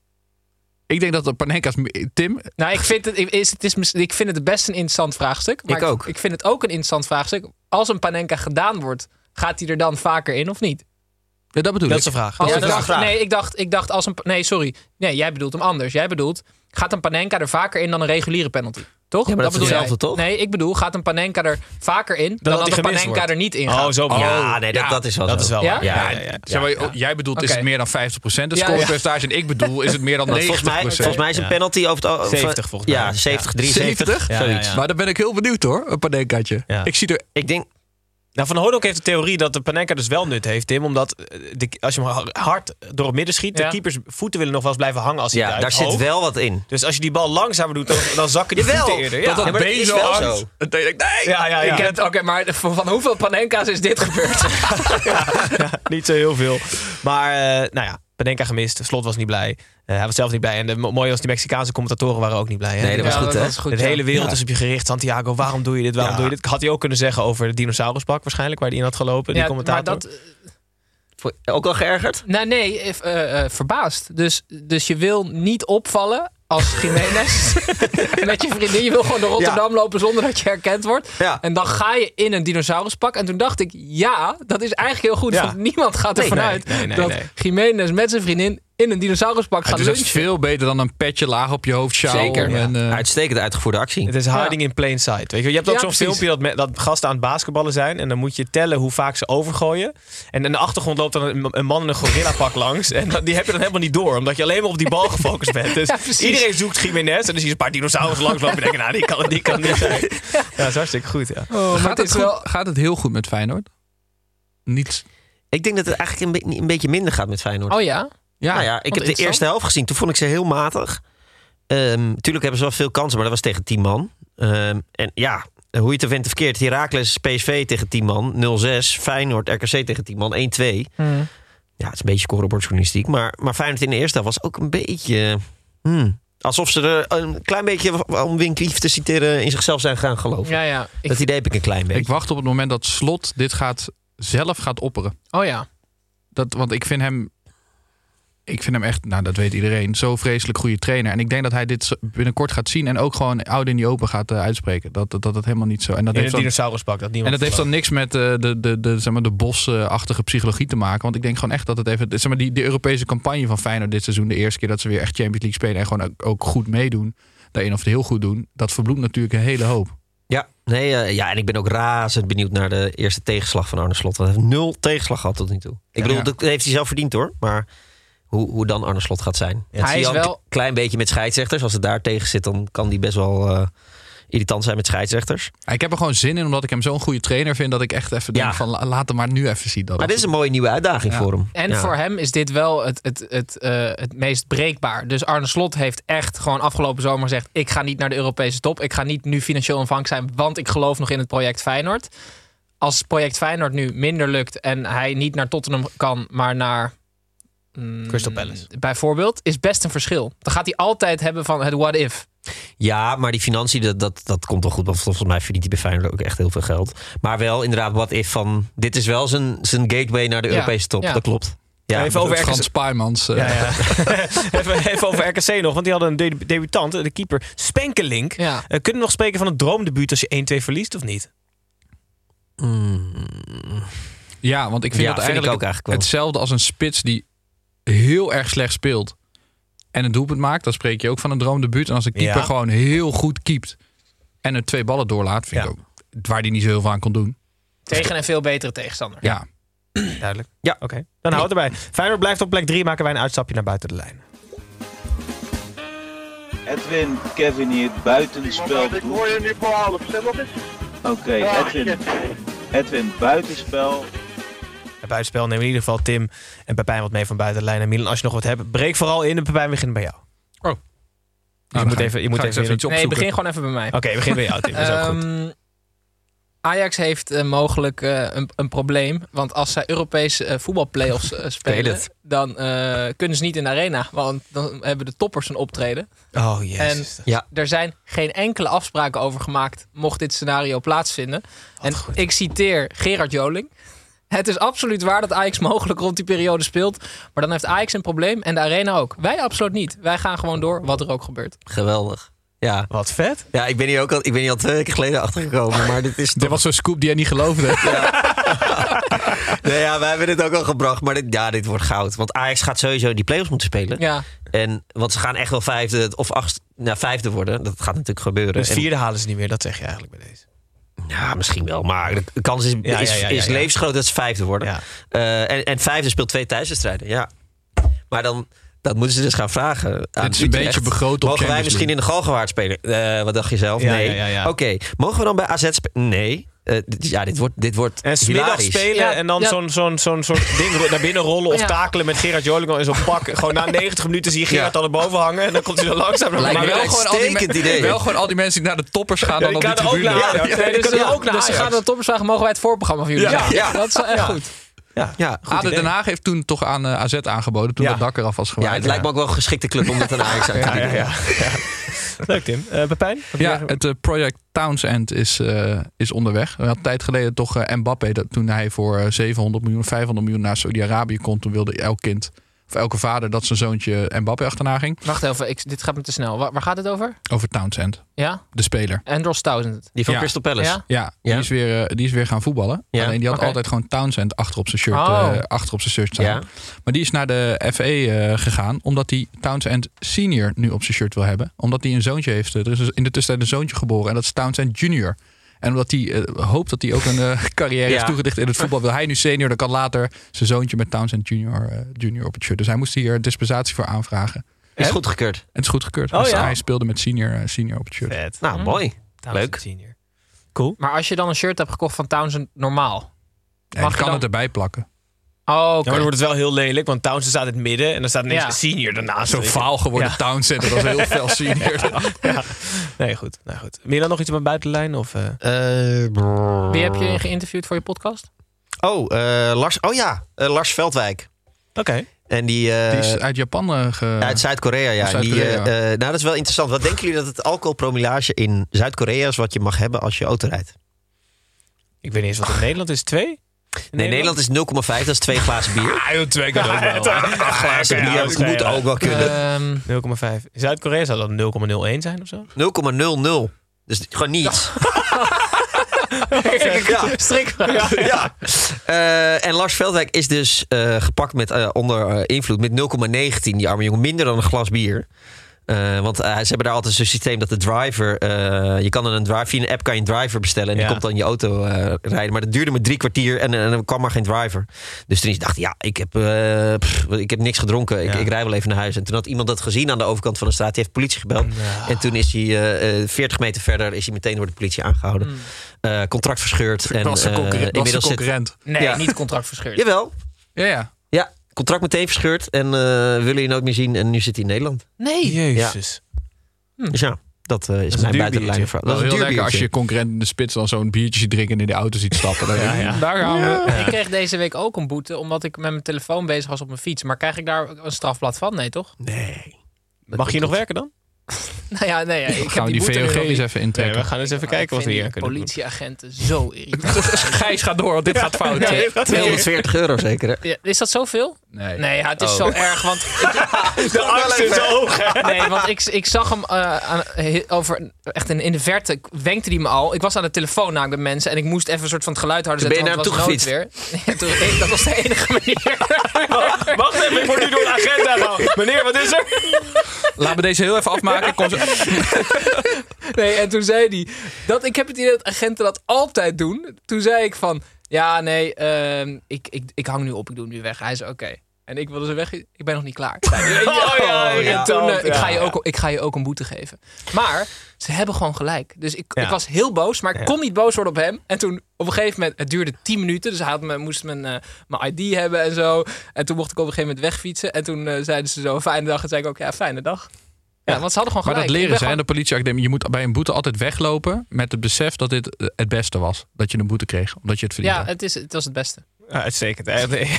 Ik denk dat de Panenka's... Tim,
Nou, ik vind het, ik- is, het is, mis- ik vind het best een interessant vraagstuk. Maar
Ik ook.
Ik vind het ook een interessant vraagstuk. Als een Panenka gedaan wordt, gaat hij er dan vaker in of niet?
ja, dat bedoel
Dat
ik.
is de vraag.
Als
Ja,
ik
dat is
dacht-
een vraag.
nee, ik dacht, ik dacht als een. Nee, sorry. Nee, jij bedoelt hem anders. Jij bedoelt. Gaat een Panenka er vaker in dan een reguliere penalty? Toch?
Ja, maar dat is
bedoel jij.
hetzelfde, toch?
Nee, ik bedoel, gaat een Panenka er vaker in dan,
dat
dat
hij
een
gemist
Panenka
wordt.
er niet in gaat?
Oh, zo.
ja, nee, dat, dat is wel
Dat
zo.
is wel
Ja?
waar.
Ja,
Ja, ja, ja.
Zeg maar, oh, Jij bedoelt, is
Oké.
het meer dan 50% de
Ja, ja.
scorepercentage? En ik bedoel, is het meer dan 90%?
Volgens mij, volgens mij is een
Ja.
penalty over het... al-
70 volgens mij.
Ja, 70,
Ja.
73.
70?
Ja,
zoiets.
ja, ja.
Maar dan ben ik heel benieuwd hoor, een panenkaatje.
Ja.
Ik zie er...
Ik denk...
Nou, Van Hoornhoek heeft de theorie dat de Panenka dus wel nut heeft, Tim. Omdat eh, de- als je hem ha- hard door het midden schiet, de
Ja.
keepers voeten willen nog wel eens blijven hangen als hij
Ja,
duikt,
daar zit
hoog.
wel wat in.
Dus als je die bal langzamer doet, dan, dan zakken die voeten eerder. Ja.
maar dat is wel zo.
En
eh,
dan denk ik, nee!
ja, ja, ja.
Ik heb het- Oké, maar van van hoeveel Panenka's is dit gebeurd?
[LAUGHS] Niet zo heel veel. Maar, eh, nou ja, Panenka gemist. Slot was niet blij. Eh, hij was zelf niet blij. En de mo- mooie was, die Mexicaanse commentatoren waren ook niet blij. Hè?
Nee, dat was
Ja,
goed, hè?
is goed.
de
ja.
hele wereld is op je gericht. Santiago, waarom doe je dit? Waarom
Ja.
doe je dit? Had hij ook kunnen zeggen over de dinosaurusbak waarschijnlijk, waar hij in had gelopen, die
Ja,
commentator.
maar dat,
Voor- Ook al geërgerd?
nou nee, eh, eh, eh, verbaasd. Dus, dus je wil niet opvallen als Jiménez met je vriendin. Je wil gewoon door Rotterdam lopen zonder dat je herkend wordt.
Ja.
En dan ga je in een dinosauruspak. En toen dacht ik, ja, dat is eigenlijk heel goed.
Ja.
Want niemand gaat ervan
nee,
uit
nee, nee,
dat
nee.
Jiménez met zijn vriendin in een dinosauruspak gaat
dus dat is
lunchen.
veel beter dan een petje laag op je hoofd, sjaal.
Zeker, ja.
En, eh,
Uitstekend uitgevoerde actie.
Het is hiding in plain sight. Weet je, wel. je hebt ook
Ja,
zo'n
precies.
filmpje dat, me- dat gasten aan het basketballen zijn. En dan moet je tellen hoe vaak ze overgooien. En in de achtergrond loopt dan een, een man in een gorillapak [LAUGHS] langs. En dat- die heb je dan helemaal niet door. Omdat je alleen maar op die bal gefocust bent. Dus
Ja, precies.
iedereen zoekt Jiménez. En dan zie je een paar dinosaurus langslopen. En denken, nou, die kan, die kan niet zijn. Ja, dat is hartstikke goed. Ja.
Oh, maar
gaat,
het
het
is
goed-
wel...
gaat het heel goed met Feyenoord? Niets.
Ik denk dat het eigenlijk een, be- een beetje minder gaat met Feyenoord.
Oh ja?
Ja,
nou ja, ik heb de
interessant.
eerste helft gezien. Toen vond ik ze heel matig. Ehm tuurlijk hebben ze wel veel kansen, maar dat was tegen tien man. Ehm, en ja, hoe je het er vindt of verkeerd, Heracles PSV tegen 10 man, 0-6. Feyenoord RKC tegen 10 man, 1-2. Ja, het is een beetje scorebordjournalistiek. Maar, maar Feyenoord in de eerste helft was ook een beetje... hmm, alsof ze er een klein beetje, om Wim Kieft te citeren, in zichzelf zijn gaan geloven.
Ja, ja. Ik-
dat idee heb ik een klein beetje.
Ik wacht op het moment dat Slot dit gaat, zelf gaat opperen.
oh ja.
Dat, want ik vind hem... Ik vind hem echt, nou dat weet iedereen, zo vreselijk goede trainer. En ik denk dat hij dit zo- binnenkort gaat zien. En ook gewoon oud in die open gaat eh, uitspreken. Dat, dat, dat het helemaal niet zo... En dat
In
heeft
het
dan-
dinosauruspak. Dat
En
niemand
dat heeft dan
verwacht.
niks met eh, de, de, de, zeg maar, de bosachtige psychologie te maken. Want ik denk gewoon echt dat het even. Zeg maar, die, die Europese campagne van Feyenoord dit seizoen, de eerste keer dat ze weer echt Champions League spelen en gewoon ook, ook goed meedoen. Daarin of het heel goed doen. Dat verbloemt natuurlijk een hele hoop.
Ja, nee, eh, ja, en ik ben ook razend benieuwd naar de eerste tegenslag van Arne Slot. Want hij heeft nul tegenslag gehad tot nu toe. Ik bedoel,
ja.
dat heeft hij zelf verdiend hoor. Maar hoe, hoe dan Arne Slot gaat zijn. Dat
Hij
zie je
is
al een
wel-
k- klein beetje met scheidsrechters. Als het daar tegen zit, dan kan die best wel eh, irritant zijn met scheidsrechters.
Ik heb er gewoon zin in, omdat ik hem zo'n goede trainer vind. Dat ik echt even denk
Ja.
van la- laat hem maar nu even zien. Dat
Maar dit is een mooie nieuwe uitdaging
Ja.
voor hem.
En
Ja.
voor hem is dit wel het, het, het, eh, het meest breekbaar. Dus Arne Slot heeft echt gewoon afgelopen zomer gezegd... ik ga niet naar de Europese top. Ik ga niet nu financieel aanvankelijk zijn... want ik geloof nog in het project Feyenoord. Als project Feyenoord nu minder lukt... en hij niet naar Tottenham kan, maar naar... mm,
Crystal Palace.
Bijvoorbeeld, is best een verschil. Dan gaat hij altijd hebben van het what if.
Ja, maar die financiën, dat, dat, dat komt wel goed. Want volgens mij verdient hij bij Feyenoord ook echt heel veel geld. Maar wel inderdaad, wat if van... Dit is wel zijn, zijn gateway naar de
Ja,
Europese top.
ja.
Dat klopt. Ja,
Even over
Frans
RKC.
Spijmans. eh,
Ja, ja. [LAUGHS] even, even over RKC nog, want die hadden een de- debutant, de keeper Spenkelink.
Ja.
Eh, kunnen we nog spreken van een droomdebuut als je 1-2 verliest of niet?
Ja, want ik vind
Ja,
dat
vind ik
eigenlijk,
ook eigenlijk wel.
hetzelfde als een spits die heel erg slecht speelt en een doelpunt maakt. Dan spreek je ook van een droomdebuut. En als een keeper
Ja.
gewoon heel goed keept en er twee ballen doorlaat, vind
Ja.
ik ook waar die niet zo heel veel aan kon doen.
Tegen een veel betere tegenstander.
Oh.
Ja,
Duidelijk.
Ja.
Oké, dan houdt het erbij. Feyenoord blijft op plek 3, maken wij een uitstapje naar buiten de lijn.
Edwin, Kevin hier, buitenspel. Ik hoor je nu voor half, stem op Oké, Edwin. Edwin, buitenspel.
Bij buitenspel nemen we in ieder geval Tim en Pepijn wat mee van buiten de lijn. En Milan, als je nog wat hebt, breek vooral in. En Pepijn, we beginnen bij jou.
Nou,
moet
dan ga
even- je
ga
moet
ik
even
eens
in-
iets
Nee,
opzoeken.
begin gewoon even bij mij.
Oké, we begin bij jou, Tim. Dat is ook goed.
Ehm, Ajax heeft eh, mogelijk eh, een, een probleem. Want als zij Europese eh, voetbalplayoffs eh, spelen,
het.
dan eh, kunnen ze niet in de arena. Want dan hebben de toppers een optreden.
Oh, jezus.
En
Ja.
er zijn geen enkele afspraken over gemaakt, mocht dit scenario plaatsvinden. En ik citeer Gerard Joling. Het is absoluut waar dat Ajax mogelijk rond die periode speelt. Maar dan heeft Ajax een probleem en de arena ook. Wij absoluut niet. Wij gaan gewoon door, wat er ook gebeurt.
Geweldig. Ja.
Wat vet.
ja, ik ben hier ook al, ik ben hier al twee weken geleden achtergekomen. Maar dit is
[LAUGHS] Dit
toch...
was zo'n scoop die jij niet [LAUGHS] geloofde.
Nee, ja, wij hebben dit ook al gebracht. Maar dit, ja, dit wordt goud. Want Ajax gaat sowieso die play-offs moeten spelen.
Ja,
En, want ze gaan echt wel vijfde of acht, nou, vijfde worden. Dat gaat natuurlijk gebeuren.
Dus
En-
vierde halen ze niet meer, dat zeg je eigenlijk bij deze.
Ja, misschien wel. Maar de kans is,
ja,
is,
ja, ja,
is
ja.
levensgroot dat ze vijfde worden.
Ja.
Eh, en, en vijfde speelt twee thuiswedstrijden. Ja. Maar dan dat moeten ze dus gaan vragen. aan
is een beetje begroot op
Mogen wij
Champions
misschien in de Galgenwaard spelen? Eh, wat dacht je zelf?
Ja,
nee.
ja, ja, ja.
Oké. Mogen we dan bij AZ spelen? Nee. Eh, dit- ja, dit wordt, dit wordt
En smiddag
hilarisch.
spelen
Ja,
en dan
ja.
zo'n zo'n zo'n soort ding ro- naar binnen rollen of
Ja.
takelen met Gerard Joling al in zo'n pak. Gewoon na 90 minuten zie je Gerard
Ja.
al erboven hangen en dan komt hij er langzaam naar
Lijkt
beneden.
me
wel
een
gewoon, al die
uitstekend
me-
idee.
wel gewoon al die mensen die naar de toppers gaan
Ja,
dan op
die
die
gaan er ook
tribune.
naar Ajax. Nee,
dus,
dus
ja,
ook naar
dus ze
Ajax.
gaan de toppers vragen, mogen wij het voorprogramma van jullie
Ja,
doen?
ja.
dat is wel echt goed.
Ja, goed
ADO
idee.
Den Haag heeft toen toch aan eh, AZ aangeboden. Toen
Ja.
dat dak eraf was gewaaid.
ja, het lijkt me ook wel een geschikte club om dat aan Ajax uit te bieden.
Leuk Tim. Eh Pepijn? Heb
Ja,
jij-
het eh, project Townsend is, eh, is onderweg. We hadden tijd geleden toch eh, Mbappé, dat toen hij voor eh, 700 miljoen, 500 miljoen naar Saudi-Arabië kon, toen wilde elk kind of elke vader dat zijn zoontje Mbappé achterna ging.
Wacht even, ik, dit gaat me te snel. Waar, waar gaat het over?
Over Townsend,
Ja?
de speler.
Andros Townsend.
Die van
Ja.
Crystal Palace.
Ja?
Ja,
Ja.
Die, is weer, eh, die is weer gaan voetballen.
Ja,
Alleen die had
oké.
altijd gewoon Townsend achter op zijn shirt,
Oh.
eh, achter op zijn shirt staan.
Ja.
Maar die is naar de FE eh, gegaan, omdat hij Townsend senior nu op zijn shirt wil hebben. Omdat hij een zoontje heeft. eh, Er is dus in de tussentijd een zoontje geboren en dat is Townsend junior. En omdat hij eh, hoopt dat hij ook een eh, [LAUGHS] carrière
Ja.
is toegedicht in het voetbal. Wil hij nu senior, dan kan later zijn zoontje met Townsend junior, eh, junior op het shirt. Dus hij moest hier dispensatie voor aanvragen.
Is goedgekeurd.
En het is goedgekeurd.
Oh,
Dus
ja.
hij speelde met senior, eh, senior op het shirt.
Vet.
Nou, mooi.
Townsend
Leuk.
Senior. Cool.
Maar als je dan een shirt hebt gekocht van Townsend normaal.
En
Mag
je
je
kan
dan-
het erbij plakken.
Oh, oké.
Ja, maar dan wordt het wel heel lelijk, want Townsend staat in het midden en dan staat ineens
Ja.
een senior daarnaast.
Zo
weet je.
faal geworden
Ja.
Townsend. Dat was heel fel senior.
Ja. Nee, goed. Nou, goed. Milan, nog iets op een buitenlijn? Of, eh?
Eh, brrr.
Wie heb je geïnterviewd voor je podcast?
Oh, eh, Lars, oh ja, eh, Lars Veldwijk.
Oké.
En die, eh,
Die is uit Japan eh, ge...
uit Zuid-Korea, ja.
Uit
En die,
Zuid-Korea.
eh, eh, nou, dat is wel interessant. Wat denken jullie dat het alcoholpromillage in Zuid-Korea is wat je mag hebben als je auto rijdt?
Ik weet niet eens wat in Nederland is. Twee? In
Nee, Nederland is 0,5, dat is twee glazen bier.
Ah, joh, twee kan ook wel. Acht glazen
Glazen
bier,
bier,
dat
dat moet ook wel kunnen.
Ehm,
0,5. In Zuid-Korea zou dat 0,01 zijn of zo?
0,00. Dus gewoon
[LAUGHS]
niets.
ja. Strikvraag.
[LAUGHS] ja. Eh, en Lars Veldwijk is dus eh, gepakt met eh, onder eh, invloed met 0,19, die arme jongen. Minder dan een glas bier. Eh, want eh, ze hebben daar altijd zo'n systeem dat de driver... eh, je kan dan een driver, via een app kan je een driver bestellen... en
Ja.
die komt dan in je auto eh, rijden. Maar dat duurde maar drie kwartier en, en er kwam maar geen driver. Dus toen is dacht hij, ja, ik heb, eh, pff, ik heb niks gedronken. Ik,
Ja.
ik rij wel even naar huis. En toen had iemand dat gezien aan de overkant van de straat. Die heeft politie gebeld. En toen is hij eh, eh, 40 meter verder is hij meteen door de politie
Mm.
aangehouden. Eh, contract verscheurd. En,
was de
eh,
concurrent. was de
inmiddels zit-
concurrent.
Nee,
Ja.
niet contract verscheurd.
Jawel.
Ja, ja.
Ja, contract meteen verscheurd. En eh, willen je nooit meer zien. En nu zit hij in Nederland.
Nee.
Jezus.
Dus ja, dat eh, is
een
mijn
duur
buitenlijn.
biertje.
verhaal.
Dat
Dat
is
is een
heel
duur
lekker als je
biertje.
concurrent in de spits dan zo'n biertje ziet drinken en in de auto ziet stappen. Dan denk je, Daar gaan we.
Ik kreeg deze week ook een boete omdat ik met mijn telefoon bezig was op mijn fiets. Maar krijg ik daar een strafblad van? Nee, toch? [LAUGHS]
Mag je hier nog werken dan?
Nou ja, nee. Ja, ik
Gaan
heb
we
die
die
boete nu
VOG
nog
eens
niet.
even
Nee, we
intrekken.
gaan eens even
Maar ik
kijken wat we
vind
hier aan
die
kunnen doen.
politieagenten zo irritant.
Gijs gaat door, want dit gaat fout.
Nee,
240 euro zeker. Hè?
Ja, is dat zoveel?
Nee.
Nee, ja, het
Oh.
is zo erg,
[LAUGHS]
want...
De angst is hoog. hè?
Nee, want ik, ik zag hem eh, aan, he- over, echt in, in de verte, wenkte hij me al. Ik was aan de telefoon namelijk met mensen en ik moest even een soort van het geluid harder
Toen ben
zetten.
je
want
naar hem
het was nood weer. [LAUGHS] Ja, toen- dat was de enige manier.
Wacht even, ik word nu door de agenda gehouden. Meneer, wat is er?
Laten we deze heel even afmaken. Kom zo-
[LAUGHS] Nee, en toen zei hij... Dat, ik heb het idee dat agenten dat altijd doen. Toen zei ik van... Ja, nee, ehm, ik, ik, ik hang nu op, ik doe hem nu weg. Hij zei, oké. En ik wilde ze weg. Ik ben nog niet klaar.
[LAUGHS] Oh ja,
en toen, eh, ik, ga je
ja.
ook, ik ga je ook een boete geven. Maar ze hebben gewoon gelijk. Dus ik,
Ja.
ik was heel boos, maar ik
Ja.
kon niet boos worden op hem. En toen, op een gegeven moment, het duurde 10 minuten. Dus hij had me, moest mijn, eh, mijn ID hebben en zo. En toen mocht ik op een gegeven moment wegfietsen. En toen eh, zeiden ze zo, fijne dag. En zei ik ook, ja, fijne dag. Ja, want ze hadden gewoon
Maar
gelijk.
dat
Ik
leren
ben
ze, hè, de politieacademie. Je moet bij een boete altijd weglopen met het besef dat dit eh, het beste was. Dat je een boete kreeg, omdat je het verdiende.
Ja, het, is, het was het beste.
Ja, [LAUGHS] uitstekend. Echt, eh,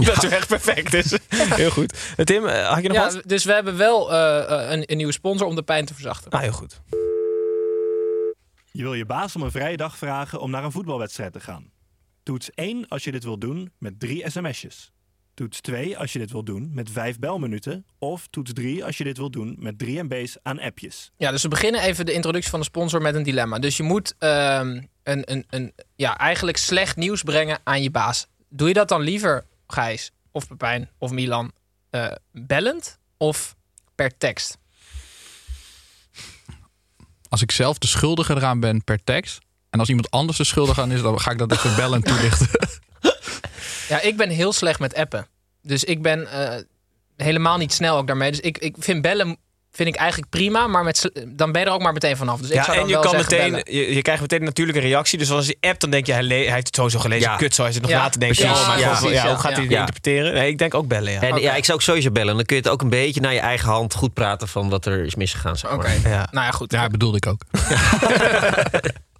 [LAUGHS] Dat is echt perfect. [LAUGHS] Dus. Heel goed. Eh, Tim, eh, had je nog
Ja,
wat?
dus we hebben wel eh, eh, een, een nieuwe sponsor om de pijn te verzachten.
Ah, heel goed.
Je wil je baas om een vrije dag vragen om naar een voetbalwedstrijd te gaan. Toets 1 als je dit wilt doen met 3 sms'jes. Toets 2 als je dit wilt doen met 5 belminuten. Of toets 3 als je dit wilt doen met 3 MB's aan appjes.
Ja, dus we beginnen even de introductie van de sponsor met een dilemma. Dus je moet ehm, een, een, een, ja, eigenlijk slecht nieuws brengen aan je baas. Doe je dat dan liever, Gijs, of Pepijn, of Milan, eh, bellend of per tekst?
Als ik zelf de schuldige eraan ben per tekst. En als iemand anders de schuldige aan is, dan ga ik dat even bellen en toelichten.
Ja, ik ben heel slecht met appen. Dus ik ben eh, helemaal niet snel ook daarmee. Dus ik, ik vind bellen vind ik eigenlijk prima, maar met, sl- dan ben je er ook maar meteen vanaf. Dus ik
Ja,
zou dan
en je,
wel
kan
zeggen
meteen,
bellen.
je, je krijgt meteen een natuurlijke reactie. Dus als je app, dan denk je, hij, le- hij heeft het sowieso gelezen.
Ja.
Kut, zo hij zit nog
Ja,
na te denken.
precies.
oh, mijn
Ja,
god,
precies,
ja, hoe
ja.
gaat hij het
Ja.
interpreteren? Nee, ik denk ook bellen, ja.
En ja, ik zou ook sowieso bellen. Dan kun je het ook een beetje naar je eigen hand goed praten van wat er is misgegaan. Zeg
Oké,
maar.
Ja.
nou ja, goed.
Daar bedoelde ik ook.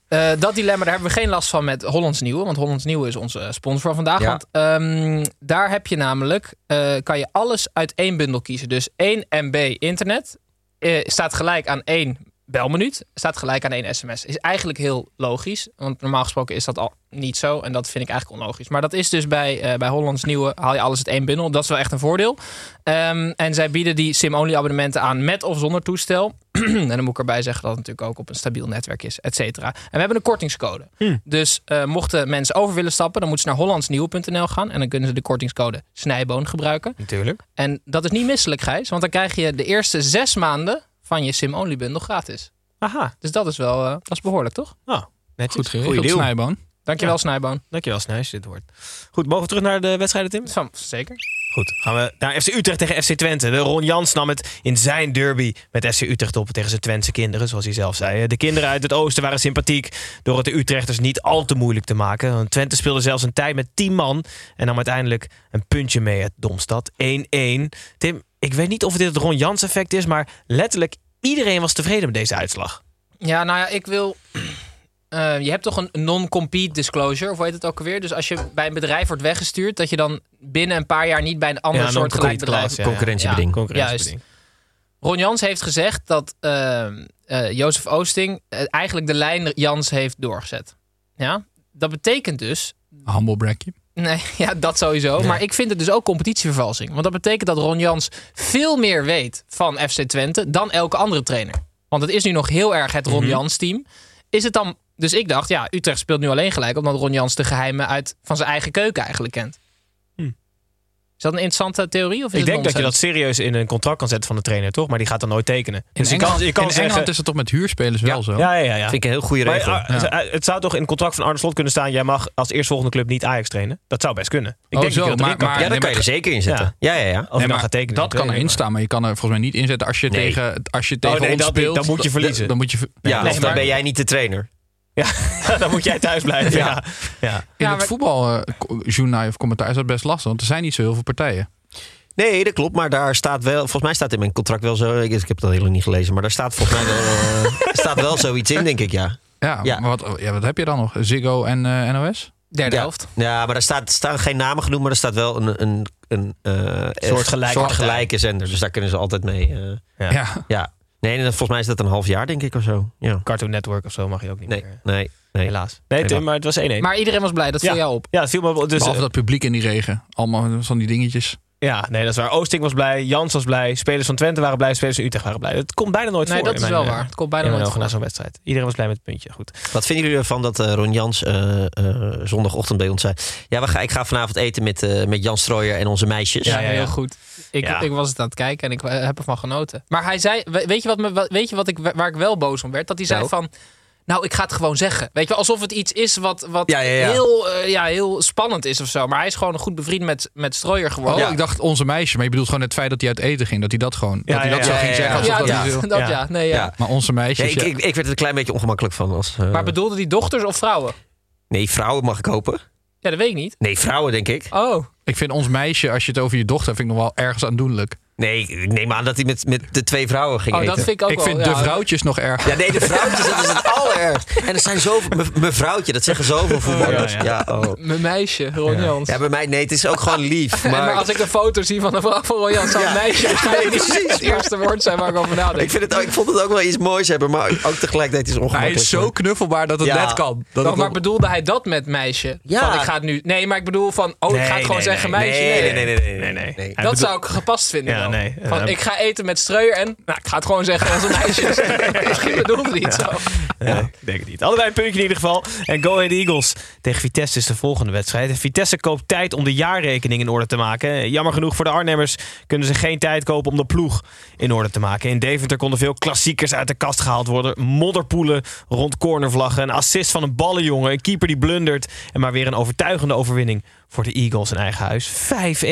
Eh, dat dilemma, daar hebben we geen last van met Hollands Nieuwe. Want Hollands Nieuwe is onze eh, sponsor van vandaag.
Ja.
Want ehm, daar heb je namelijk, eh, kan je alles uit één bundel kiezen. Dus 1 MB internet eh, staat gelijk aan één belminuut. Staat gelijk aan één sms. Is eigenlijk heel logisch. Want normaal gesproken is dat al niet zo. En dat vind ik eigenlijk onlogisch. Maar dat is dus bij, eh, bij Hollands Nieuwe haal je alles uit één bundel. Dat is wel echt een voordeel. Ehm, en zij bieden die sim-only abonnementen aan met of zonder toestel. [CLEARS THROAT] en dan moet ik erbij zeggen dat het natuurlijk ook op een stabiel netwerk is, et cetera. En we hebben een kortingscode. Dus eh, mochten mensen over willen stappen, dan moeten ze naar hollandsnieuw.nl gaan. En dan kunnen ze de kortingscode snijboon gebruiken.
Natuurlijk.
En dat is niet misselijk, Gijs. Want dan krijg je de eerste zes maanden van je sim-only bundel gratis.
Aha,
Dus dat is wel eh, dat is behoorlijk, toch?
nou, netjes.
Goed
Goeie
geregeld,
deal.
Snijboon.
Dankjewel,
Ja.
Snijboon.
Dankjewel, Snijs, dit woord. Goed, mogen we terug naar de wedstrijden, Tim?
Van, zeker.
Goed, gaan we naar FC Utrecht tegen FC Twente. De Ron Jans nam het in zijn derby met FC Utrecht op tegen zijn Twentse kinderen, zoals hij zelf zei. De kinderen uit het oosten waren sympathiek door het de Utrechters niet al te moeilijk te maken. Want Twente speelde zelfs een tijd met 10 man en nam uiteindelijk een puntje mee uit Domstad. 1-1. Tim, ik weet niet of dit het Ron Jans effect is, maar letterlijk iedereen was tevreden met deze uitslag.
Ja, nou ja, ik wil. [CLEARS THROAT] Eh, je hebt toch een non-compete disclosure, of hoe heet het ook alweer? Dus als je bij een bedrijf wordt weggestuurd, dat je dan binnen een paar jaar niet bij een ander
Ja,
soort gelijk
non-compete
bedrijf.
clause, ja, ja.
Concurrentiebeding.
Juist.
Concurrentiebeding.
Ron Jans heeft gezegd dat eh, eh, Jozef Oosting eh, eigenlijk de lijn Jans heeft doorgezet. Ja? Dat betekent dus
Humble brackje.
Nee, [LAUGHS] ja, dat sowieso. Maar ik vind het dus ook competitievervalsing. Want dat betekent dat Ron Jans veel meer weet van FC Twente dan elke andere trainer. Want het is nu nog heel erg het Ron
Mhm.
Jans team. Is het dan... Dus ik dacht, ja, Utrecht speelt nu alleen gelijk... omdat Ron Jans de geheimen uit, van zijn eigen keuken eigenlijk kent.
Hm.
Is dat een interessante theorie? Of is
Ik
het
denk dat je dat
nonsens?
serieus in een contract kan zetten van de trainer, toch? Maar die gaat dan nooit tekenen. Dus je kan, je kan
in
zeggen,
Engeland is het toch met huurspelers wel zo?
Ja, ja, ja. ja.
Vind ik een heel goede
Maar,
regel.
ah, het- eh, Het zou toch in het contract van Arne Slot kunnen staan... jij mag als eerstvolgende club niet Ajax trainen? Dat zou best kunnen. Ik
Oh,
denk
zo,
dat je dat erin kan
maar- maar-
ja,
plaatsen.
daar kan je er zeker in zetten. Ja, ja,
Of
ja.
je
Nee,
dan
maar
gaat tekenen.
dat kan
weet ik
erin
niet. Oh,
staan, maar je kan er volgens mij niet in zetten als je
Nee.
tegen, als je tegen
nee,
ons
dat niet.
speelt.
Dan moet je verliezen.
Dan moet je, ver- nee,
Ja,
dat-
of dan ben jij niet de trainer.
Ja, dan moet jij thuis blijven. ja. Ja.
In
Ja,
het
maar-
voetbaljournaal of commentaar is dat best lastig, want er zijn niet zo heel veel partijen.
Nee, dat klopt. Maar daar staat wel, volgens mij staat in mijn contract wel zo. Ik, ik heb het al heel lang niet gelezen, maar daar staat volgens mij wel, eh, staat wel zoiets in, denk ik, ja.
Ja,
Ja.
maar wat, ja, wat heb je dan nog? Ziggo en eh, NOS?
Derde
Ja.
helft.
Ja, maar daar staat, staan geen namen genoemd, maar er staat wel een, een, een eh,
Soort gelijke
soort gelijke zender. Dus daar kunnen ze altijd mee. eh,
Ja.
Ja.
ja. Nee, en dat- volgens mij is dat een half jaar, denk ik, of zo. Ja.
Cartoon Network of zo mag je ook niet
Nee,
meer.
nee, nee.
eh, Helaas. Nee, Tim, maar het was 1-1.
Maar iedereen was blij, dat viel jou op.
Ja, het viel me op. Dus,
Behalve
eh,
dat publiek in die regen. Allemaal van die dingetjes.
ja, nee, dat is waar. Oosting was blij, Jans was blij, spelers van Twente waren blij, spelers van Utrecht waren blij. Dat komt bijna nooit
Nee,
voor.
dat
in
is
mijn,
wel
eh,
waar. Het komt
in
bijna
mijn
nooit
ogen na
voor.
zo'n wedstrijd. Iedereen was blij met het puntje. Goed.
Wat vinden jullie ervan dat eh, Ron Jans eh, eh, zondagochtend bij ons zei... Ja, we gaan, ik ga vanavond eten met, eh, met Jan Strooijer en onze meisjes.
Ja,
ja, ja.
heel goed. Ik,
Ja.
ik was het aan het kijken en ik eh, heb ervan genoten. Maar hij zei, we- weet je, wat me, wa- weet je wat ik, waar ik wel boos om werd? Dat hij zei
Nou?
van, nou, ik ga het gewoon zeggen. Weet je wel, alsof het iets is wat, wat
Ja, ja, ja.
Heel, eh, ja, heel spannend is of zo. Maar hij is gewoon een goed bevriend met, met Strooier
Oh,
geworden.
ik dacht onze meisje. Maar je bedoelt gewoon het feit dat hij uit eten ging. Dat hij dat gewoon...
Ja,
dat hij
ja,
dat
ja,
zo
ja,
ging
ja,
zeggen.
ja.
alsof
ja,
dat
dat,
hij
ja.
wil.
Dat,
Ja.
ja. Nee, ja.
Ja.
Maar onze meisjes...
Ja, ik,
ja.
ik, ik werd er een klein beetje ongemakkelijk van. Als, eh,
Maar bedoelde hij dochters of vrouwen?
Nee, vrouwen mag ik hopen.
Ja, dat weet ik niet.
Nee, vrouwen denk ik.
Oh,
Ik vind ons meisje, als je het over je dochter hebt, vind ik nog wel ergens aandoenlijk.
Nee, ik neem aan dat hij met, met de twee vrouwen ging
oh dat
eten.
vind ik ook
ik
wel.
vind
ja.
de vrouwtjes nog erg.
Ja, nee, de vrouwtjes, dat is het allerergst. En er zijn zoveel... me- Mevrouwtje, dat zeggen zoveel voetballers.
ja,
Ja,
ja.
oh.
Mijn meisje, Ron Jans.
ja, bij mij... Nee, het is ook gewoon lief. Maar,
[LAUGHS] En maar als ik een foto zie van een vrouw van Ron Jans, zou een meisje waarschijnlijk
Nee, precies.
niet [LAUGHS] het eerste woord zijn waar ik over nadenk.
ik, vind het, ook- ik vond het ook wel iets moois hebben, maar ook tegelijkertijd is het
Hij
ongemakkelijk.
is zo knuffelbaar dat het
Ja.
net kan. Dat
Oh,
het
maar
nog-
bedoelde hij dat met meisje?
Ja.
Van, ik ga het nu... Nee, maar ik bedoel van... Oh, ik ga het
Nee,
gewoon
nee,
zeggen
nee,
meisje.
nee,
Nee,
nee, nee, nee, nee, nee.
nee.
Dat zou ik gepast vinden.
Ja,
wel.
nee.
Van,
Ja.
ik ga eten met streuer en... Nou, ik ga het gewoon zeggen als een meisje. [LAUGHS] Misschien bedoelde hij het zo.
Nee, ik denk het niet. Allebei een puntje in ieder geval. En Go Ahead Eagles tegen Vitesse is de volgende wedstrijd. En Vitesse koopt tijd om de jaarrekening in orde te maken. Jammer genoeg voor de Arnhemmers kunnen ze geen tijd kopen om de ploeg in orde te maken. In Deventer konden veel klassiekers uit de kast gehaald worden. Modderpoelen rond cornervlaggen. Een assist van een ballenjongen. Een keeper die blundert. En maar weer een overtuigende overwinning voor de Eagles in eigen huis. 5-1.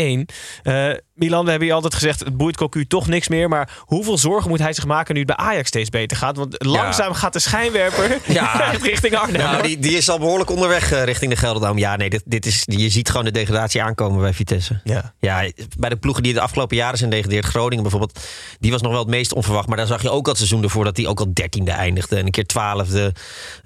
Eh, Milan, we hebben je altijd gezegd, het boeit Cocu toch niks meer. Maar hoeveel zorgen moet hij zich maken nu het bij Ajax steeds beter gaat? Want langzaam gaat de
[LAUGHS]
schijnwerper [LAUGHS]
Ja.
richting Arnhem.
Nou, die, die is al behoorlijk onderweg eh, richting de Gelderdoom. Ja, nee, dit, dit is, je ziet gewoon de degradatie aankomen bij Vitesse.
ja.
Ja, bij de ploegen die de afgelopen jaren zijn degradeerd, Groningen bijvoorbeeld, die was nog wel het meest onverwacht. Maar daar zag je ook al het seizoen ervoor dat die ook al dertiende eindigde en een keer twaalfde.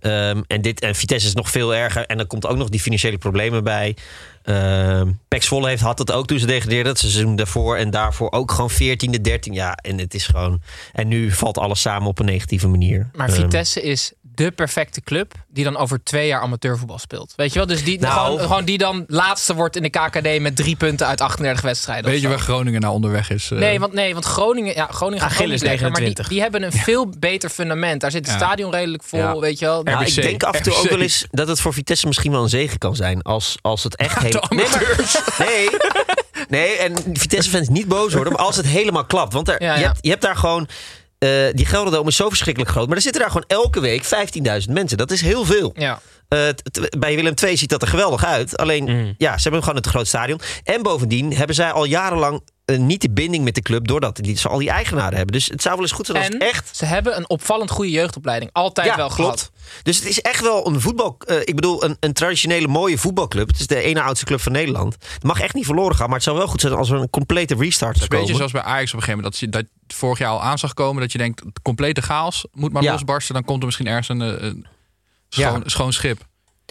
Ehm, en, dit, en Vitesse is nog veel erger. En dan komt ook nog die financiële problemen bij. Ehm Pek Zwolle heeft, had dat ook toen ze degradeerden. Het seizoen daarvoor en daarvoor ook gewoon veertiende, dertien. Ja, en het is gewoon... En nu valt alles samen op een negatieve manier.
Maar
Ehm,
Vitesse is de perfecte club... die dan over twee jaar amateurvoetbal speelt. Weet je wel? Dus die,
Nou.
gewoon, gewoon die dan laatste wordt in de KKD... met drie punten uit 38 wedstrijden. of
Weet je
zo.
waar Groningen nou onderweg is?
Ehm,
eh?
Nee, want, nee, want Groningen, ja, Groningen gaat
Achilles
Achilles lekker, maar die,
29.
die hebben een veel beter fundament. Daar zit het
Ja.
stadion redelijk vol,
Ja.
weet je wel.
Nou,
RBC.
ik denk af en toe
RBC.
ook wel eens dat het voor Vitesse misschien wel een zegen kan zijn. Als, als
[LAUGHS]
het echt helemaal... Nee, maar- nee, nee, en Vitesse-fans niet boos worden. Maar als het helemaal klapt. Want er,
Ja,
Je,
ja.
hebt, je hebt daar gewoon... eh, die Gelderdoom is zo verschrikkelijk groot. Maar er zitten daar gewoon elke week 15.000 mensen. Dat is heel veel.
Ja.
Eh, t- t- bij Willem II ziet dat er geweldig uit. Alleen,
Mm.
ja, ze hebben gewoon het groot stadion. En bovendien hebben zij al jarenlang eh, niet de binding met de club... doordat die- ze al die eigenaren hebben. Dus het zou wel eens goed zijn als
En
het echt...
ze hebben een opvallend goede jeugdopleiding. Altijd
ja,
wel
klopt.
gehad.
Dus het is echt wel een voetbal... eh, ik bedoel, een, een traditionele mooie voetbalclub. Het is de ene oudste club van Nederland. Het mag echt niet verloren gaan, maar het zou wel goed zijn als er een complete restart zou
Het is een
komen.
beetje zoals bij Ajax op een gegeven moment. Dat je dat vorig jaar al aan zag komen. Dat je denkt, complete chaos moet maar
Ja.
losbarsten. Dan komt er misschien ergens een, eh, een schoon,
Ja.
schoon schip.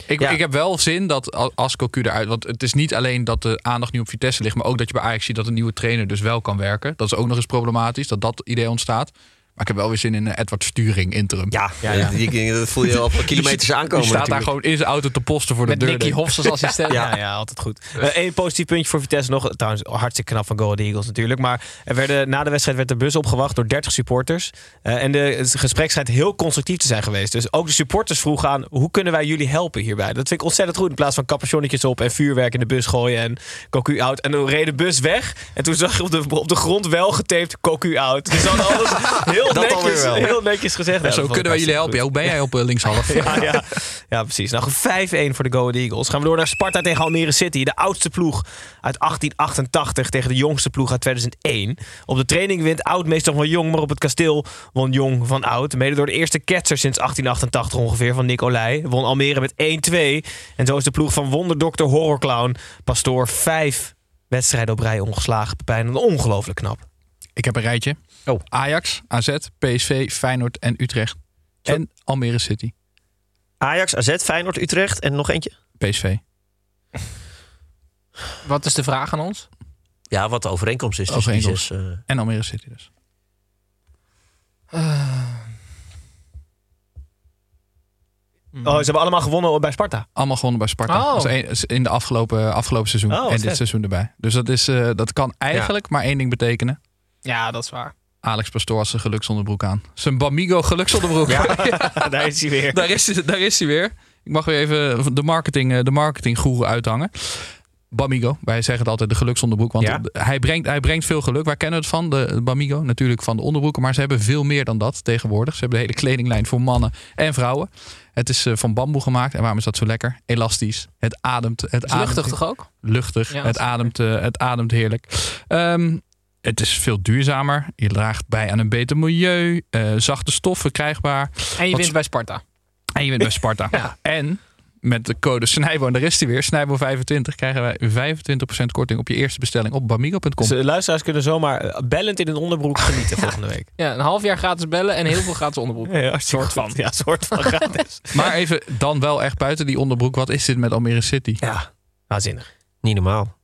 Ik,
Ja.
ik heb wel zin dat al- als Cocu eruit... Want het is niet alleen dat de aandacht nu op Vitesse ligt... maar ook dat je bij Ajax ziet dat een nieuwe trainer dus wel kan werken. Dat is ook nog eens problematisch, dat dat idee ontstaat. Maar ik heb wel weer zin in eh, Edward Sturing interim.
Ja, ja, die- die- dat [LAUGHS] voel je al van kilometers aankomen
Die staat daar
natuurlijk.
gewoon in zijn auto te posten voor de
Met
deur.
Nicky
denk ik.
Hofs als
[LAUGHS]
assistent.
Ja, ja, altijd goed.
Eh,
Eén positief puntje voor Vitesse nog. Trouwens, hartstikke knap van Go Ahead Eagles natuurlijk. Maar er werden, na de wedstrijd werd de bus opgewacht door 30 supporters. Eh, en de, het gesprek schijnt heel constructief te zijn geweest. Dus ook de supporters vroegen aan, hoe kunnen wij jullie helpen hierbij? Dat vind ik ontzettend goed. In plaats van capuchonnetjes op en vuurwerk in de bus gooien en Cocu out. En toen reed de bus weg. En toen zag je op de, op de grond wel getaped Cocu out. Dus dan alles
[LAUGHS]
heel,
Dat alweer
netjes,
wel.
heel netjes gezegd.
En
Ja, dat
zo
vond ik
kunnen wij jullie
hartstikke
helpen. Ja, hoe ben jij op
[LAUGHS]
eh, linkshalf?
ja, ja. ja, precies. Nou, 5-1 voor de Go Ahead Eagles. Gaan we door naar Sparta tegen Almere City. De oudste ploeg uit 1888 tegen de jongste ploeg uit 2001. Op de training wint oud meestal van jong, maar op het kasteel won jong van oud. Mede door de eerste ketser sinds 1888 ongeveer van Nicolai. Won Almere met 1-2. En zo is de ploeg van wonderdokter Horrorclown Pastoor 5 wedstrijden op rij ongeslagen. Pepijn, ongelooflijk knap.
Ik heb een rijtje. Oh. Ajax, AZ, PSV, Feyenoord en Utrecht. En Almere City,
Ajax, AZ, Feyenoord, Utrecht en nog eentje.
PSV.
Wat is de vraag aan ons?
Ja, wat de overeenkomst is. tussen die
Overeenkomst.
zes, eh.
En Almere City dus.
Mhm.
Oh, ze hebben allemaal gewonnen bij Sparta.
Allemaal gewonnen bij Sparta.
Oh.
Als een- als in de afgelopen, afgelopen seizoen.
Oh, wat
en dit
vet.
seizoen erbij. Dus dat, is, eh, dat kan eigenlijk maar één ding betekenen.
Ja, dat is waar.
Alex Pastoor had zijn geluksonderbroek aan. Zijn Bamigo geluksonderbroek.
[LAUGHS]
[LAUGHS]
Ja, [LAUGHS] daar is hij
[LAUGHS]
weer.
daar, is, daar is hij weer. Ik mag weer even de marketing, eh, de marketinggoeroe uithangen. Bamigo, wij zeggen het altijd de geluksonderbroek. Want
Ja.
hij, brengt, hij brengt veel geluk. Waar kennen we het van? De Bamigo, natuurlijk van de onderbroeken. Maar ze hebben veel meer dan dat tegenwoordig. Ze hebben de hele kledinglijn voor mannen en vrouwen. Het is eh, van bamboe gemaakt. En waarom is dat zo lekker? Elastisch. Het ademt. Het
Is
ademt-
luchtig toch ook?
Luchtig.
Ja,
het,
zeker.
ademt, eh, het ademt heerlijk. Ehm, het is veel duurzamer. Je draagt bij aan een beter milieu. eh, zachte stof verkrijgbaar.
En je
Wat-
wint bij Sparta.
en je bent bij Sparta. En met de code Snijbo, en daar is die weer, Snijbo25, krijgen wij 25% korting op je eerste bestelling op bamigo.com.
Dus de luisteraars kunnen zomaar eh, bellend in een onderbroek genieten [LAUGHS] volgende week.
Ja, een half jaar gratis bellen en heel veel gratis
[LAUGHS]
onderbroek.
Ja, soort van. Ja, soort van [LAUGHS] gratis.
Maar even dan wel echt buiten die onderbroek, wat is dit met Almere City?
Ja,
waanzinnig.
Niet normaal.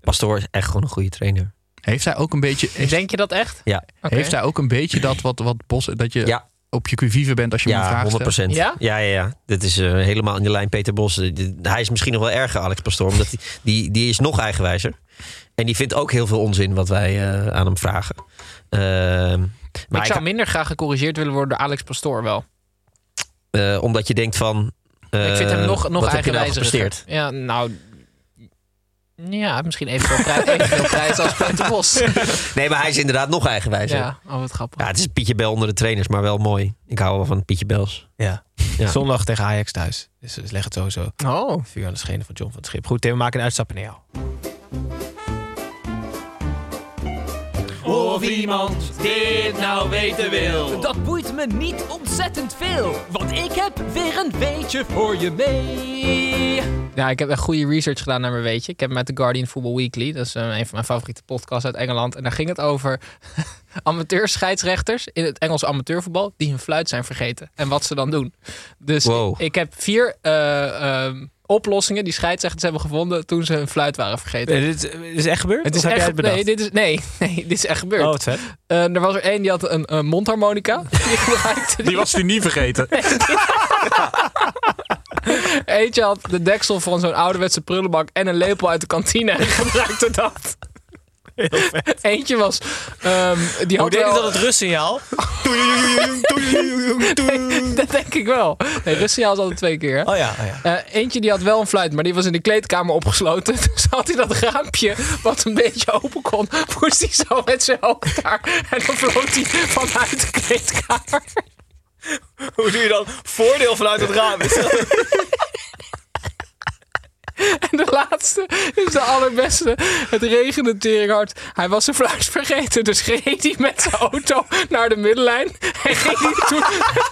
Pastoor is echt gewoon een goede trainer.
Heeft hij ook een beetje, heeft,
Denk je dat echt?
Ja,
Oké.
heeft hij ook een beetje dat wat, wat Bos, dat je
Ja.
op je cuvive bent als je hem een
ja
vraag
100
stelt?
procent.
Ja?
Ja? Ja, ja, Dit is eh, helemaal in de lijn Peter Bos. Dit- dit- Hij is misschien nog wel erger, Alex Pastoor. Omdat die, die, die is nog eigenwijzer. En die vindt ook heel veel onzin wat wij eh, aan hem vragen. Ehm, maar
ik
ik
zou minder graag gecorrigeerd willen worden door Alex Pastoor wel.
eh, omdat je denkt van... eh,
ik vind hem nog, nog dus
wat heb je nou
eigenwijzeriger.
gepresteerd?
Ja, nou... Ja, misschien evenveel prijs,
[LAUGHS]
evenveel prijs als Peter Bos.
Nee, maar hij is inderdaad nog eigenwijzer. Ja.
Ja, oh wat grappig.
het is Pietje Bel onder de trainers, maar wel mooi. Ik hou wel van Pietje Bels.
Ja.
Ja.
Zondag tegen Ajax thuis. Dus, dus leg het sowieso.
Oh.
Vuur aan de schenen van John van het Schip. Goed, Tim, we maken een uitstap naar jou.
Of iemand dit nou weten wil. Dat boeit me niet ontzettend veel, want ik heb weer een weetje voor je mee.
Ja, ik heb echt goede research gedaan naar mijn weetje. Ik heb met The Guardian Football Weekly, dat is eh, een van mijn favoriete podcasts uit Engeland. En daar ging het over [LAUGHS] amateurscheidsrechters in het Engelse amateurvoetbal die hun fluit zijn vergeten. En wat ze dan doen. Dus
Wow.
ik, ik heb vier eh, ehm, oplossingen die scheidsrechters hebben gevonden toen ze hun fluit waren vergeten.
Eh, dit, eh, is echt gebeurd?
Het
Of
is
heb
echt,
jij het bedacht?
nee, dit is, nee, [LAUGHS] nee, dit is echt gebeurd.
Oh, wat vet.
[LAUGHS] Eh, er was er één die had een eh, mondharmonica. [LAUGHS] Die gebruikte die.
Die was hij niet vergeten.
[LAUGHS] Eentje had de deksel van zo'n ouderwetse prullenbak en een lepel uit de kantine [LAUGHS] en gebruikte dat. Eentje was. ehm, die
Hoe
had
deed
wel,
hij dat het rustsignaal?
[LAUGHS] dat denk ik wel. Nee, Russia had altijd twee keer. hè?
Oh ja, oh ja.
Eh, eentje die had wel een fluit, maar die was in de kleedkamer opgesloten. [LAUGHS] Dus had hij dat raampje, wat een beetje open kon, moest hij zo met zijn hoofd daar. En dan vloot hij vanuit de kleedkamer.
[LAUGHS] Hoe doe je dan voordeel vanuit het raam? Is dat-
En [LAUGHS] de laatste is de allerbeste. Het regende teringhard. Hij was zijn fluis vergeten, dus reed hij met zijn auto naar de middenlijn. En ging hij toen,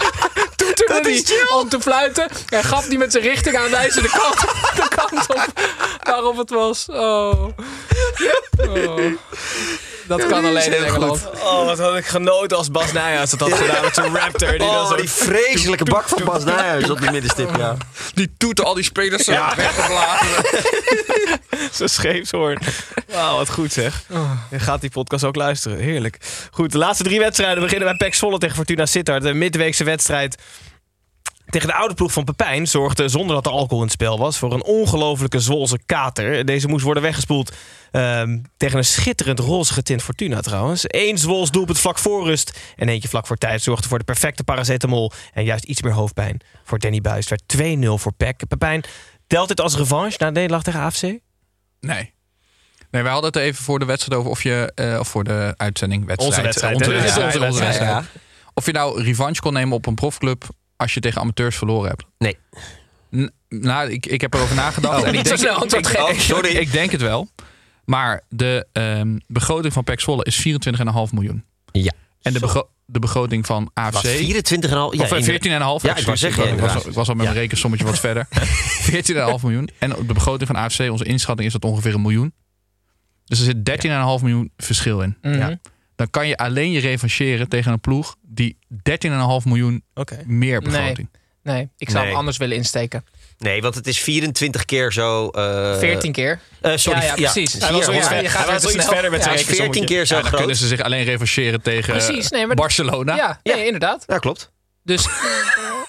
[LAUGHS] toeterde hij om te fluiten. En gaf hij met zijn richting aanwijzen de kant, de kant op waarop het was. Oh. Oh. Dat kan alleen in Engeland.
[LAUGHS] Oh, wat had ik genoten als Bas Nijhuis dat had gedaan met zijn Raptor. Oh, Die dan zo-
Oh, die vreselijke bak van Bas Nijhuis op die middenstip, ja.
Die toeten al die spelers zo
Ja.
weggeblazen.
[LAUGHS] Zo'n scheepshoorn. Wauw, wat goed zeg. Je gaat die podcast ook luisteren. Heerlijk. Goed, de laatste drie wedstrijden. We beginnen bij PEC Zwolle tegen Fortuna Sittard. De midweekse wedstrijd tegen de oude ploeg van Pepijn zorgde, zonder dat er alcohol in het spel was, voor een ongelofelijke Zwolse kater. Deze moest worden weggespoeld ehm, tegen een schitterend roze getint Fortuna trouwens. Eén Zwols doelpunt vlak voor rust en eentje vlak voor tijd zorgde voor de perfecte paracetamol en juist iets meer hoofdpijn voor Danny Buis. Het werd 2-0 voor PEC. Pepijn, telt dit als revanche na Nederland tegen AFC?
Nee. Nee, wij hadden het even voor de wedstrijd over of je... eh, of voor de uitzending wedstrijd.
Onze wedstrijd,
Eh, onze
hè?
wedstrijd.
Ja,
Onze- onze
ja,
wedstrijd.
ja.
Of je nou revanche kon nemen op een profclub... als je tegen amateurs verloren hebt.
Nee.
N- nou, ik, ik heb erover nagedacht.
Oh,
en ik
niet zo snel antwoord
ik-
geven.
sorry, ik denk het wel. Maar de ehm, begroting van PEC Zwolle is 24,5 miljoen.
Ja.
En de, begro- de begroting van AFC...
Wat, 24,5? Ja,
of eh, 14,5.
inderdaad. Ja, ik
excuus,
wou zeggen,
ik, was,
inderdaad.
ik was al met mijn
Ja.
rekensommetje wat
[LAUGHS]
verder. 14,5 miljoen. En de begroting van AFC, onze inschatting is dat ongeveer een miljoen. Dus er zit 13,5 miljoen verschil in.
Mhm.
Ja. Dan kan je alleen je revancheren tegen een ploeg die 13,5 miljoen meer begroting.
Nee, nee, ik zou
Nee.
hem anders willen insteken.
Nee, want het is 24 keer zo... eh
14 keer.
eh, sorry,
Ja, ja, precies. Hij was wel iets ver- hij was wel iets verder met zijn
Het is 14 keer zo
Ja, dan
groot.
kunnen ze zich alleen revancheren tegen
Precies, nee, maar-
Barcelona.
Ja, nee, inderdaad.
Ja, klopt.
Dus,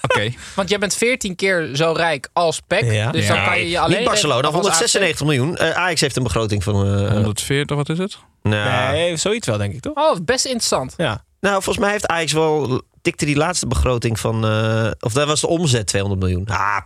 Oké.
[LAUGHS]
want jij bent 14 keer zo rijk als PEC.
Ja.
Dus dan kan je je alleen...
Niet Barcelona,
of als
196 miljoen. Eh Ajax heeft een begroting van... eh,
140, wat is het?
nou,
Nee, zoiets wel, denk ik toch?
AFC. Oh, best interessant.
Ja.
nou, volgens mij heeft Ajax wel... Tikte die laatste begroting van... eh, of dat was de omzet 200 miljoen. Ah,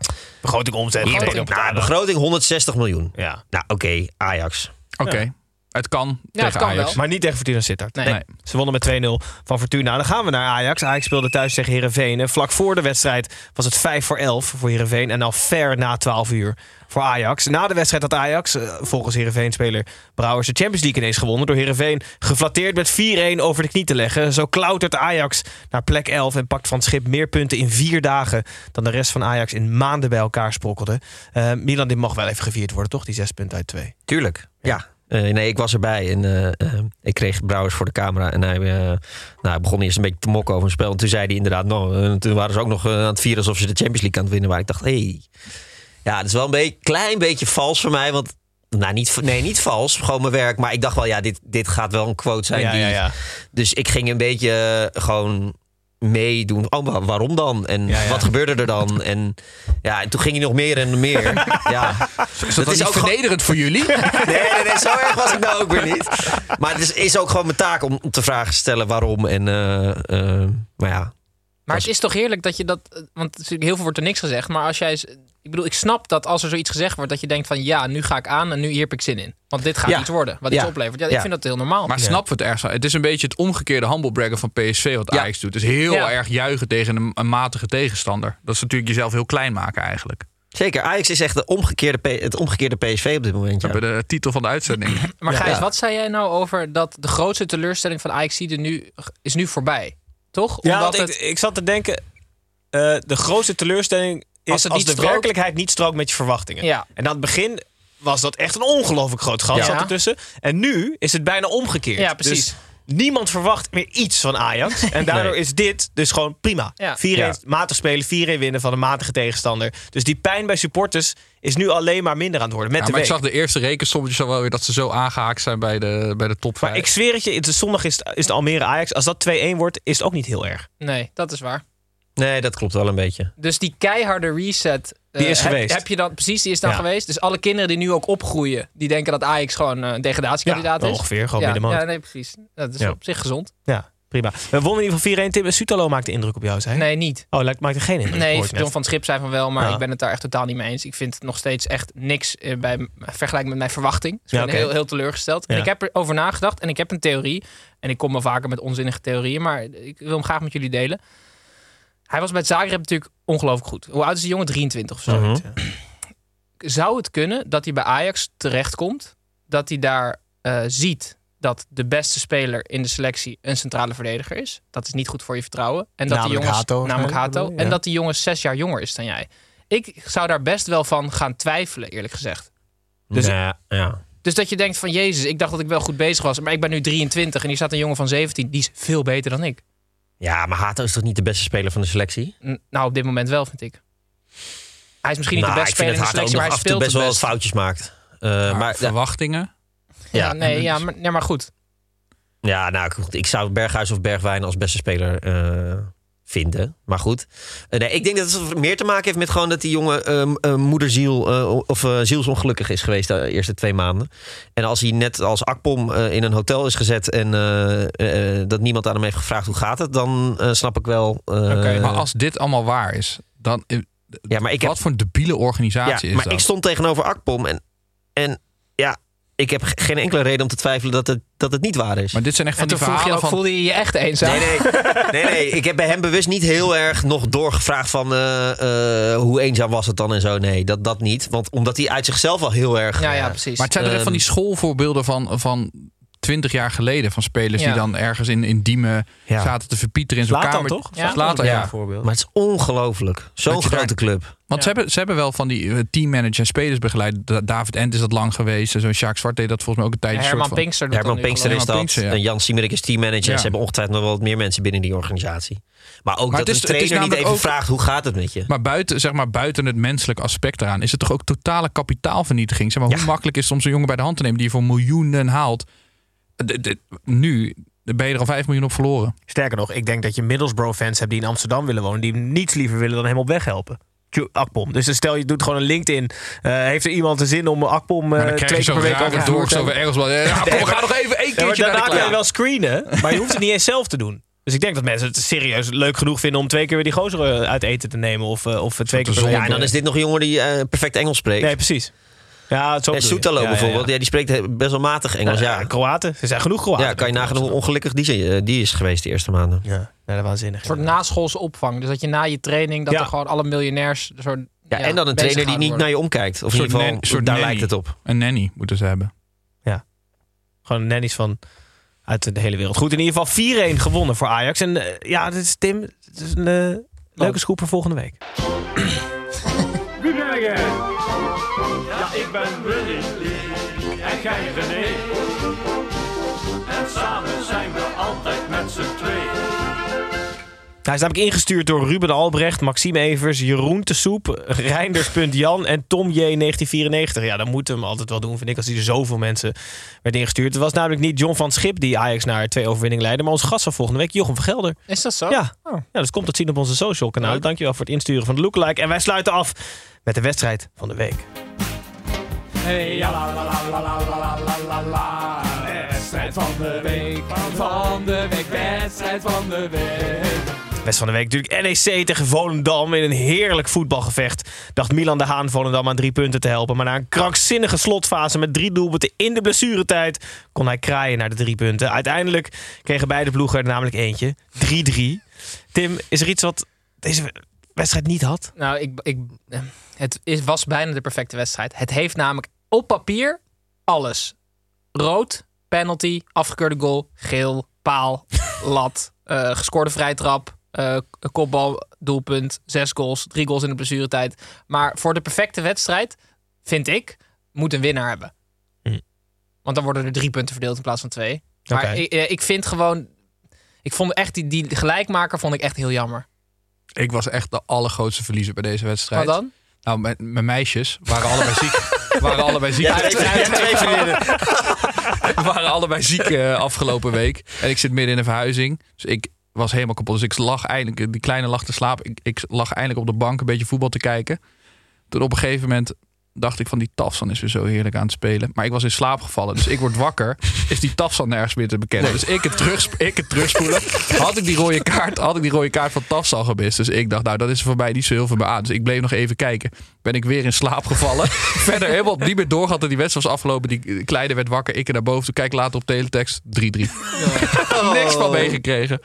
Begroting omzet.
hier-
tegen
nou,
elkaar.
begroting 160 miljoen.
Ja.
Nou, oké, Ajax.
Oké. Het kan
Ja,
tegen
het kan
Ajax.
wel.
Maar niet tegen Fortuna Sittard.
Nee.
Nee.
Ze wonnen met 2-0 van Fortuna. Dan gaan we naar Ajax. Ajax speelde thuis tegen Herenveen. En vlak voor de wedstrijd was het 5 voor 11 voor Herenveen. En al ver na 12 uur voor Ajax. Na de wedstrijd had Ajax, eh, volgens Herenveen-speler Brouwers, de Champions League ineens gewonnen. Door Herenveen geflatteerd met 4-1 over de knie te leggen. Zo klautert Ajax naar plek 11 en pakt van het schip meer punten in vier dagen dan de rest van Ajax in maanden bij elkaar sprokkelde. Eh, Milan, dit mag wel even gevierd worden, toch? Die 6 punten uit 2.
Tuurlijk, ja. Eh, nee, ik was erbij en eh, eh, ik kreeg Brouwers voor de camera. En hij, eh, nou, hij begon eerst een beetje te mokken over een spel. En toen zei hij inderdaad, nou, eh, toen waren ze ook nog eh, aan het vieren alsof ze de Champions League aan het winnen waren. Ik dacht, hé, hey. ja, dat is wel een beetje, klein beetje vals voor mij. Want, nou, niet, nee, niet vals, gewoon mijn werk. Maar ik dacht wel, ja, dit, dit gaat wel een quote zijn.
Ja,
die,
ja, ja.
Dus ik ging een beetje eh, gewoon meedoen. Oh, wa- waarom dan? En
Ja, ja.
wat gebeurde er dan? En, ja, en toen ging hij nog meer
[LAUGHS]
en meer. ja.
Is dat, is ook
gewoon-
vernederend voor jullie?
Nee, nee, nee, zo erg was ik nou ook weer niet. Maar het is, is ook gewoon mijn taak om om te vragen te stellen waarom. En, eh, eh, maar ja,
Maar het is toch heerlijk dat je dat... eh, Want natuurlijk heel veel wordt er niks gezegd. Maar als jij... is- Ik bedoel, ik snap dat als er zoiets gezegd wordt... dat je denkt van ja, nu ga ik aan en nu hier heb ik zin in. Want dit gaat
Ja.
iets worden. Wat iets
Ja.
oplevert. Ja,
Ja.
ik vind dat heel normaal.
Maar snappen we het ergens aan? Het is een beetje het omgekeerde humblebraggen van PSV wat
Ja.
Ajax doet. Het is heel
Ja.
erg juichen tegen een, een matige tegenstander. Dat is natuurlijk jezelf heel klein maken eigenlijk.
zeker. Ajax is echt de omgekeerde, P- het omgekeerde PSV op dit moment. Ja.
Bij de titel van de
[CLEARS THROAT]
uitzending.
Maar Gijs,
Ja.
wat zei jij nou over dat de grootste teleurstelling van ajax nu is nu voorbij? Toch?
Ja,
Omdat
want
het...
ik, ik zat te denken, eh, de grootste teleurstelling
Als
is als,
het niet
de
strookt.
werkelijkheid niet strookt met je verwachtingen.
Ja.
En aan het begin was dat echt een ongelooflijk groot gat
Ja.
zat ertussen. En nu is het bijna omgekeerd.
Ja, precies.
Dus niemand verwacht meer iets van Ajax. En daardoor is dit dus gewoon prima. 4-1
Ja.
Ja.
matig spelen, 4-1 winnen van een matige tegenstander. Dus die pijn bij supporters is nu alleen maar minder aan het worden met
Ja,
de
maar ik
week.
zag de eerste rekensommetjes al wel weer dat ze zo aangehaakt zijn bij de, bij de top 5.
Maar ik zweer het je, het is zondag is het, is het Almere Ajax. Als dat 2-1 wordt, is het ook niet heel erg.
Nee, dat is waar.
Nee, dat klopt wel een beetje.
Dus die keiharde reset. eh,
Die is
heb,
geweest.
Heb je dan, precies, die is dan
Ja.
geweest. Dus alle kinderen die nu ook opgroeien, die denken dat Ajax gewoon eh, een degradatiekandidaat
Ja,
is.
ongeveer, gewoon
ja,
middenmoot.
Ja, nee, precies. Dat is
Ja.
op zich gezond.
Ja, prima. We wonnen in ieder geval 4-1. Tim Sutalo maakte indruk op jou, zei hij?
Nee, niet.
Oh, lijkt- maakt er geen indruk.
Nee,
hoor ik net.
John van het Schip zei van wel, maar
Ja.
ik ben het daar echt totaal niet mee eens. Ik vind het nog steeds echt niks eh, bij vergelijking met mijn verwachting. Dus ik
Ja,
ben
oké.
heel, heel teleurgesteld. En
Ja.
ik heb erover nagedacht en ik heb een theorie. En ik kom wel vaker met onzinnige theorieën, maar ik wil hem graag met jullie delen. Hij was bij Zagreb natuurlijk ongelooflijk goed. Hoe oud is die jongen? 23 of zo.
Mhm.
Zou het kunnen dat hij bij Ajax terechtkomt? Dat hij daar eh, ziet dat de beste speler in de selectie een centrale verdediger is? Dat is niet goed voor je vertrouwen. En dat
Namelijk
die jongens,
Hato,
namelijk
eh,
Hato.
bedoel je?
En
Ja.
dat die jongen zes jaar jonger is dan jij. Ik zou daar best wel van gaan twijfelen, eerlijk gezegd. Dus-
ja, ja.
Dus dat je denkt van, jezus, ik dacht dat ik wel goed bezig was. Maar ik ben nu 23 en hier staat een jongen van 17. Die is veel beter dan ik.
ja, maar Hato is toch niet de beste speler van de selectie?
N- Nou, op dit moment wel, vind ik. Hij is misschien niet
Nou,
de beste
ik
speler in de
vind dat Hato ook
selectie, maar hij
nog af en toe
speelt
best wel
het
wat
best.
foutjes maakt. Eh, maar,
verwachtingen?
Ja,
Ja.
nee, ja, maar, nee, maar goed.
Ja, nou goed, ik zou Berghuis of Bergwijn als beste speler eh, vinden. Maar goed. Eh, nee, ik denk dat het meer te maken heeft met gewoon dat die jongen eh, m- eh, moederziel eh, of eh, zielsongelukkig is geweest de eerste twee maanden. En als hij net als Akpom eh, in een hotel is gezet en eh, eh, dat niemand aan hem heeft gevraagd hoe gaat het, dan eh, snap ik wel. eh,
Oké, maar als dit allemaal waar is, dan.
Ja, maar ik
wat
heb-
voor een debiele
ja,
organisatie is
maar
dat?
ik stond tegenover Akpom en, en ja, ik heb ge- geen enkele reden om te twijfelen dat het, dat het niet waar is.
Maar dit zijn echt
En
van
toen
die
voelde je, ook-
verhalen van...
voelde je je echt eenzaam.
Nee, nee, nee, nee. Ik heb bij hem bewust niet heel erg nog doorgevraagd van eh, eh, hoe eenzaam was het dan en zo. Nee, dat, dat niet. Want omdat hij uit zichzelf al heel erg.
Ja, ja,
eh,
precies.
Maar het zijn er echt van die
ehm,
schoolvoorbeelden van, van 20 jaar geleden. Van spelers
Ja.
die dan ergens in, in Diemen
Ja.
zaten te verpieteren in zo'n
Zlatan,
kamer.
toch?
Ja.
Zlatan
Zlatan,
is
ja.
een voorbeeld. eh, Maar het is ongelooflijk. Zo'n
Dat je daar-
grote club.
Want ze, hebben, ze hebben wel van die eh, teammanager en spelers begeleid. Da- David Ent is dat lang geweest. En zo'n Sjaak Zwart deed dat volgens mij ook een tijdje.
Herman
soort van-
Pinkster doet
Herman
dat nu,
Pinkster
geloof
is
ik.
dat.
Pinkster, ja.
En Jan Siemerik is teammanager.
Ja.
Ze hebben ongetwijfeld nog wel wat meer mensen binnen die organisatie. Maar ook
Maar het
dat
is-
een
het
trainer
is
niet
namelijk
even
ook-
vraagt hoe gaat het met je.
Maar buiten, zeg maar buiten het menselijke aspect eraan is het toch ook totale kapitaalvernietiging. Zeg maar, Hoe makkelijk is het om zo'n jongen bij de hand te nemen die je voor miljoenen haalt? D- d- nu ben je er al 5 miljoen op verloren.
Sterker nog, ik denk dat je Middlesbrough-fans hebt die in Amsterdam willen wonen... die hem niets liever willen dan hem op weg helpen. Tju- Akpom. Dus dan stel je doet gewoon een LinkedIn. eh, heeft er iemand de zin om Akpom eh,
Maar dan krijg
twee
je
keer per
zo'n
week over
rare
het vloer
dorks
te
over
hebben?
Engelsblad. Ja,
Nee,
Akpom,
maar-
ga nog even één
Ja,
keertje
maar
naar de
Daarna kan je
klaar.
wel screenen, maar je hoeft het niet eens zelf te doen. Dus ik denk dat mensen het serieus leuk genoeg vinden... om twee keer weer die gozer eh, uit eten te nemen. Of, eh, of twee keer per week.
Ja, en dan is dit nog een jongen die eh, perfect Engels spreekt.
Nee, precies. Ja, zo
en
bedoel je.
Soetalo
Ja, ja, ja.
bijvoorbeeld, ja. die spreekt he- best wel matig Engels. Ja,
Kroaten. Er zijn genoeg Kroaten.
Ja, kan je nagaan hoe ongelukkig die, zijn- eh, die is geweest de eerste maanden.
Ja, dat waanzinnig.
Een soort naschoolse opvang. Dus dat je na je training, dat
Ja.
er gewoon alle miljonairs... Zo,
Ja, en dan een trainer die niet naar je omkijkt. Of in ieder geval,
soort
daar
nanny.
lijkt het op.
Een nanny moeten ze hebben.
Gewoon nannies van uit de hele wereld. Goed, in ieder geval 4-1 gewonnen voor Ajax. En eh, ja, dit is Tim. Dit is een eh, leuke scoop voor volgende week.
Wie ben jij? Ja, ik ben Willy Lee en jij René. En samen zijn we altijd met z'n tweeën.
Hij is namelijk dus ingestuurd door Ruben Albrecht, Maxime Evers, Jeroen de Soep, Reinders.Jan en Tom J. 1994. Ja, dat moeten we hem altijd wel doen, vind ik, als hij er zoveel mensen werd ingestuurd. Het was namelijk niet John van Schip die Ajax naar twee overwinningen leidde, maar ons gast van volgende week, Jochem van Gelder.
Is dat zo?
Ja. ja, dus komt dat zien op onze social kanaal. Dankjewel voor het insturen van de lookalike. En wij sluiten af met de wedstrijd van de week.
Hey, ja, la la la la la la la la la. Wedstrijd van de week, van de week, wedstrijd van de week.
Best van de week natuurlijk NEC tegen Volendam in een heerlijk voetbalgevecht. Dacht Milan de Haan Volendam aan drie punten te helpen. Maar na een krankzinnige slotfase met drie doelpunten in de blessuretijd... kon hij kraaien naar de drie punten. Uiteindelijk kregen beide ploegen er namelijk eentje. 3-3. Tim, is er iets wat deze wedstrijd niet had?
Nou, ik, ik, het is, was bijna de perfecte wedstrijd. Het heeft namelijk op papier alles. Rood, penalty, afgekeurde goal, geel, paal, lat, eh, gescoorde vrijtrap, eh kopbal, doelpunt, zes goals, drie goals in de blessuretijd. Maar voor de perfecte wedstrijd, vind ik, moet een winnaar hebben. Want dan worden er drie punten verdeeld in plaats van twee. Maar
Oké.
ik, eh, ik vind gewoon... Ik vond echt die, die gelijkmaker vond ik echt heel jammer.
Ik was echt de allergrootste verliezer bij deze wedstrijd.
Wat dan?
Nou, mijn, mijn meisjes waren allebei
[LAUGHS]
ziek. waren allebei ziek.
Ja, twee- ja, twee vriendinnen.
We [LAUGHS] waren allebei ziek eh, afgelopen week. En ik zit midden in een verhuizing. Dus ik was helemaal kapot. Dus ik lag eindelijk, die kleine lag te slapen. Ik, ik lag eindelijk op de bank een beetje voetbal te kijken. Toen op een gegeven moment dacht ik van die Tafsan is weer zo heerlijk aan het spelen. Maar ik was in slaap gevallen. Dus ik word wakker. Is die Tafsan nergens meer te bekennen. Dus ik het, terugsp ik het terugspoelen. Had ik, die rode kaart, had ik die rode kaart van Tafsan gemist. Dus ik dacht nou dat is er voor mij niet zo heel veel meer aan. Dus ik bleef nog even kijken. Ben ik weer in slaap gevallen. Verder helemaal niet meer doorgehad dat die wedstrijd was afgelopen. Die kleine werd [LAUGHS] wakker. Ik er naar boven. Toen kijk ik later op teletext. 3-3. Niks van meegekregen.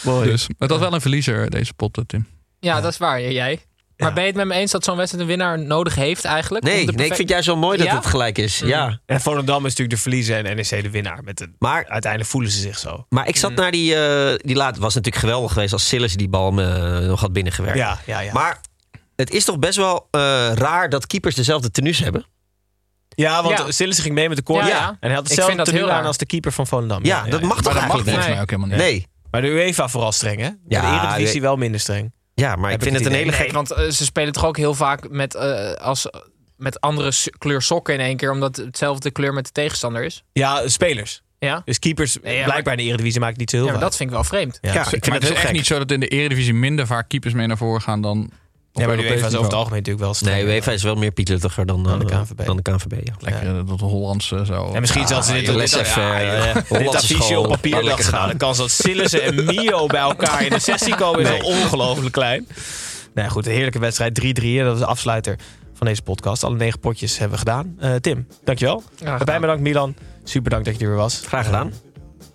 Mooi. Dus, maar dat is wel een verliezer, deze pot, Tim.
Ja, dat is waar. J- Jij. Maar ben je het met me eens dat zo'n wedstrijd een winnaar nodig heeft eigenlijk? Om
Nee,
de
nee, ik
perfect-
vind juist wel mooi dat
Ja?
het gelijk is. Ja.
En Volendam is natuurlijk de verliezer en NEC de winnaar. Met de,
maar
uiteindelijk voelen ze zich zo.
Maar ik zat naar die, eh die laat. Het was natuurlijk geweldig geweest als Sillis die bal me nog had binnengewerkt.
Ja, ja, ja.
Maar het is toch best wel eh, raar dat keepers dezelfde tenues hebben.
Ja, want
Ja.
Sillissen ging mee met de corner.
Ja.
En hij had
Ik vind
hetzelfde
dat
tenue
heel
aan
raar.
als de keeper van Volendam.
Ja, dat mag
Maar
toch eigenlijk
mag
niet?
volgens
Nee.
mij ook
Nee.
helemaal niet. Maar de UEFA vooral streng, hè? Ja,
Ja,
de Eredivisie
de-
wel minder streng.
Ja, maar
Heb
ik vind het
het
een
idee.
hele
Nee,
gekke...
Want eh, ze spelen toch ook heel vaak met, eh, als, met andere s- kleur sokken in één keer. Omdat hetzelfde kleur met de tegenstander is.
Ja, spelers.
Ja.
Dus keepers,
maar-
blijkbaar in de Eredivisie maakt het niet zo heel
Ja, maar
veel
dat vind ik wel vreemd.
uit.
maar het is echt niet zo dat in de Eredivisie minder vaak keepers mee naar voren gaan dan... op
Ja, maar de
Europees
UEFA is over het
niveau.
algemeen natuurlijk wel streng.
Nee, UEFA is wel meer pietluttiger dan, eh,
de KNVB.
Dan de KNVB ja.
Lekker eh, dat Hollandse zo...
En misschien zelfs dit,
joh,
dit,
les
dit, ja,
even,
ja,
eh,
dit
Hollandse
affiche
school,
op papier
laat
dat
lekker
gedaan.
gaan.
De kans dat Sillissen en Mio bij elkaar in de sessie komen is
Nee.
wel ongelooflijk klein. Nou ja, goed, een heerlijke wedstrijd. 3-3, hè, dat is de afsluiter van deze podcast. Alle negen potjes hebben we gedaan. Eh, Tim, dankjewel.
gedaan.
Bij bedankt Milan. Super bedankt dat je er weer was.
Graag gedaan.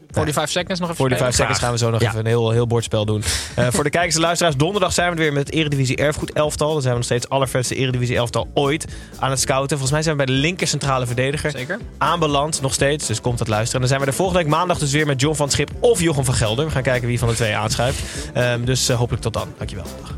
Voor die vijf seconds nog even
Voor de
spelen?
vijf seconds gaan we zo nog even een heel, heel
[LAUGHS]
bordspel doen. Eh, voor de kijkers en luisteraars, donderdag zijn we er weer met het Eredivisie Erfgoed Elftal. Dan zijn we nog steeds het allervetste Eredivisie Elftal ooit aan het scouten. Volgens mij zijn we bij de linker centrale verdediger.
Zeker.
Aanbeland nog steeds, dus komt dat luisteren. En dan zijn we er volgende week maandag dus weer met John van het Schip of Jochem van Gelder. We gaan kijken wie van de twee aanschuift. Ehm, dus eh, hopelijk tot dan. Dankjewel. Dag.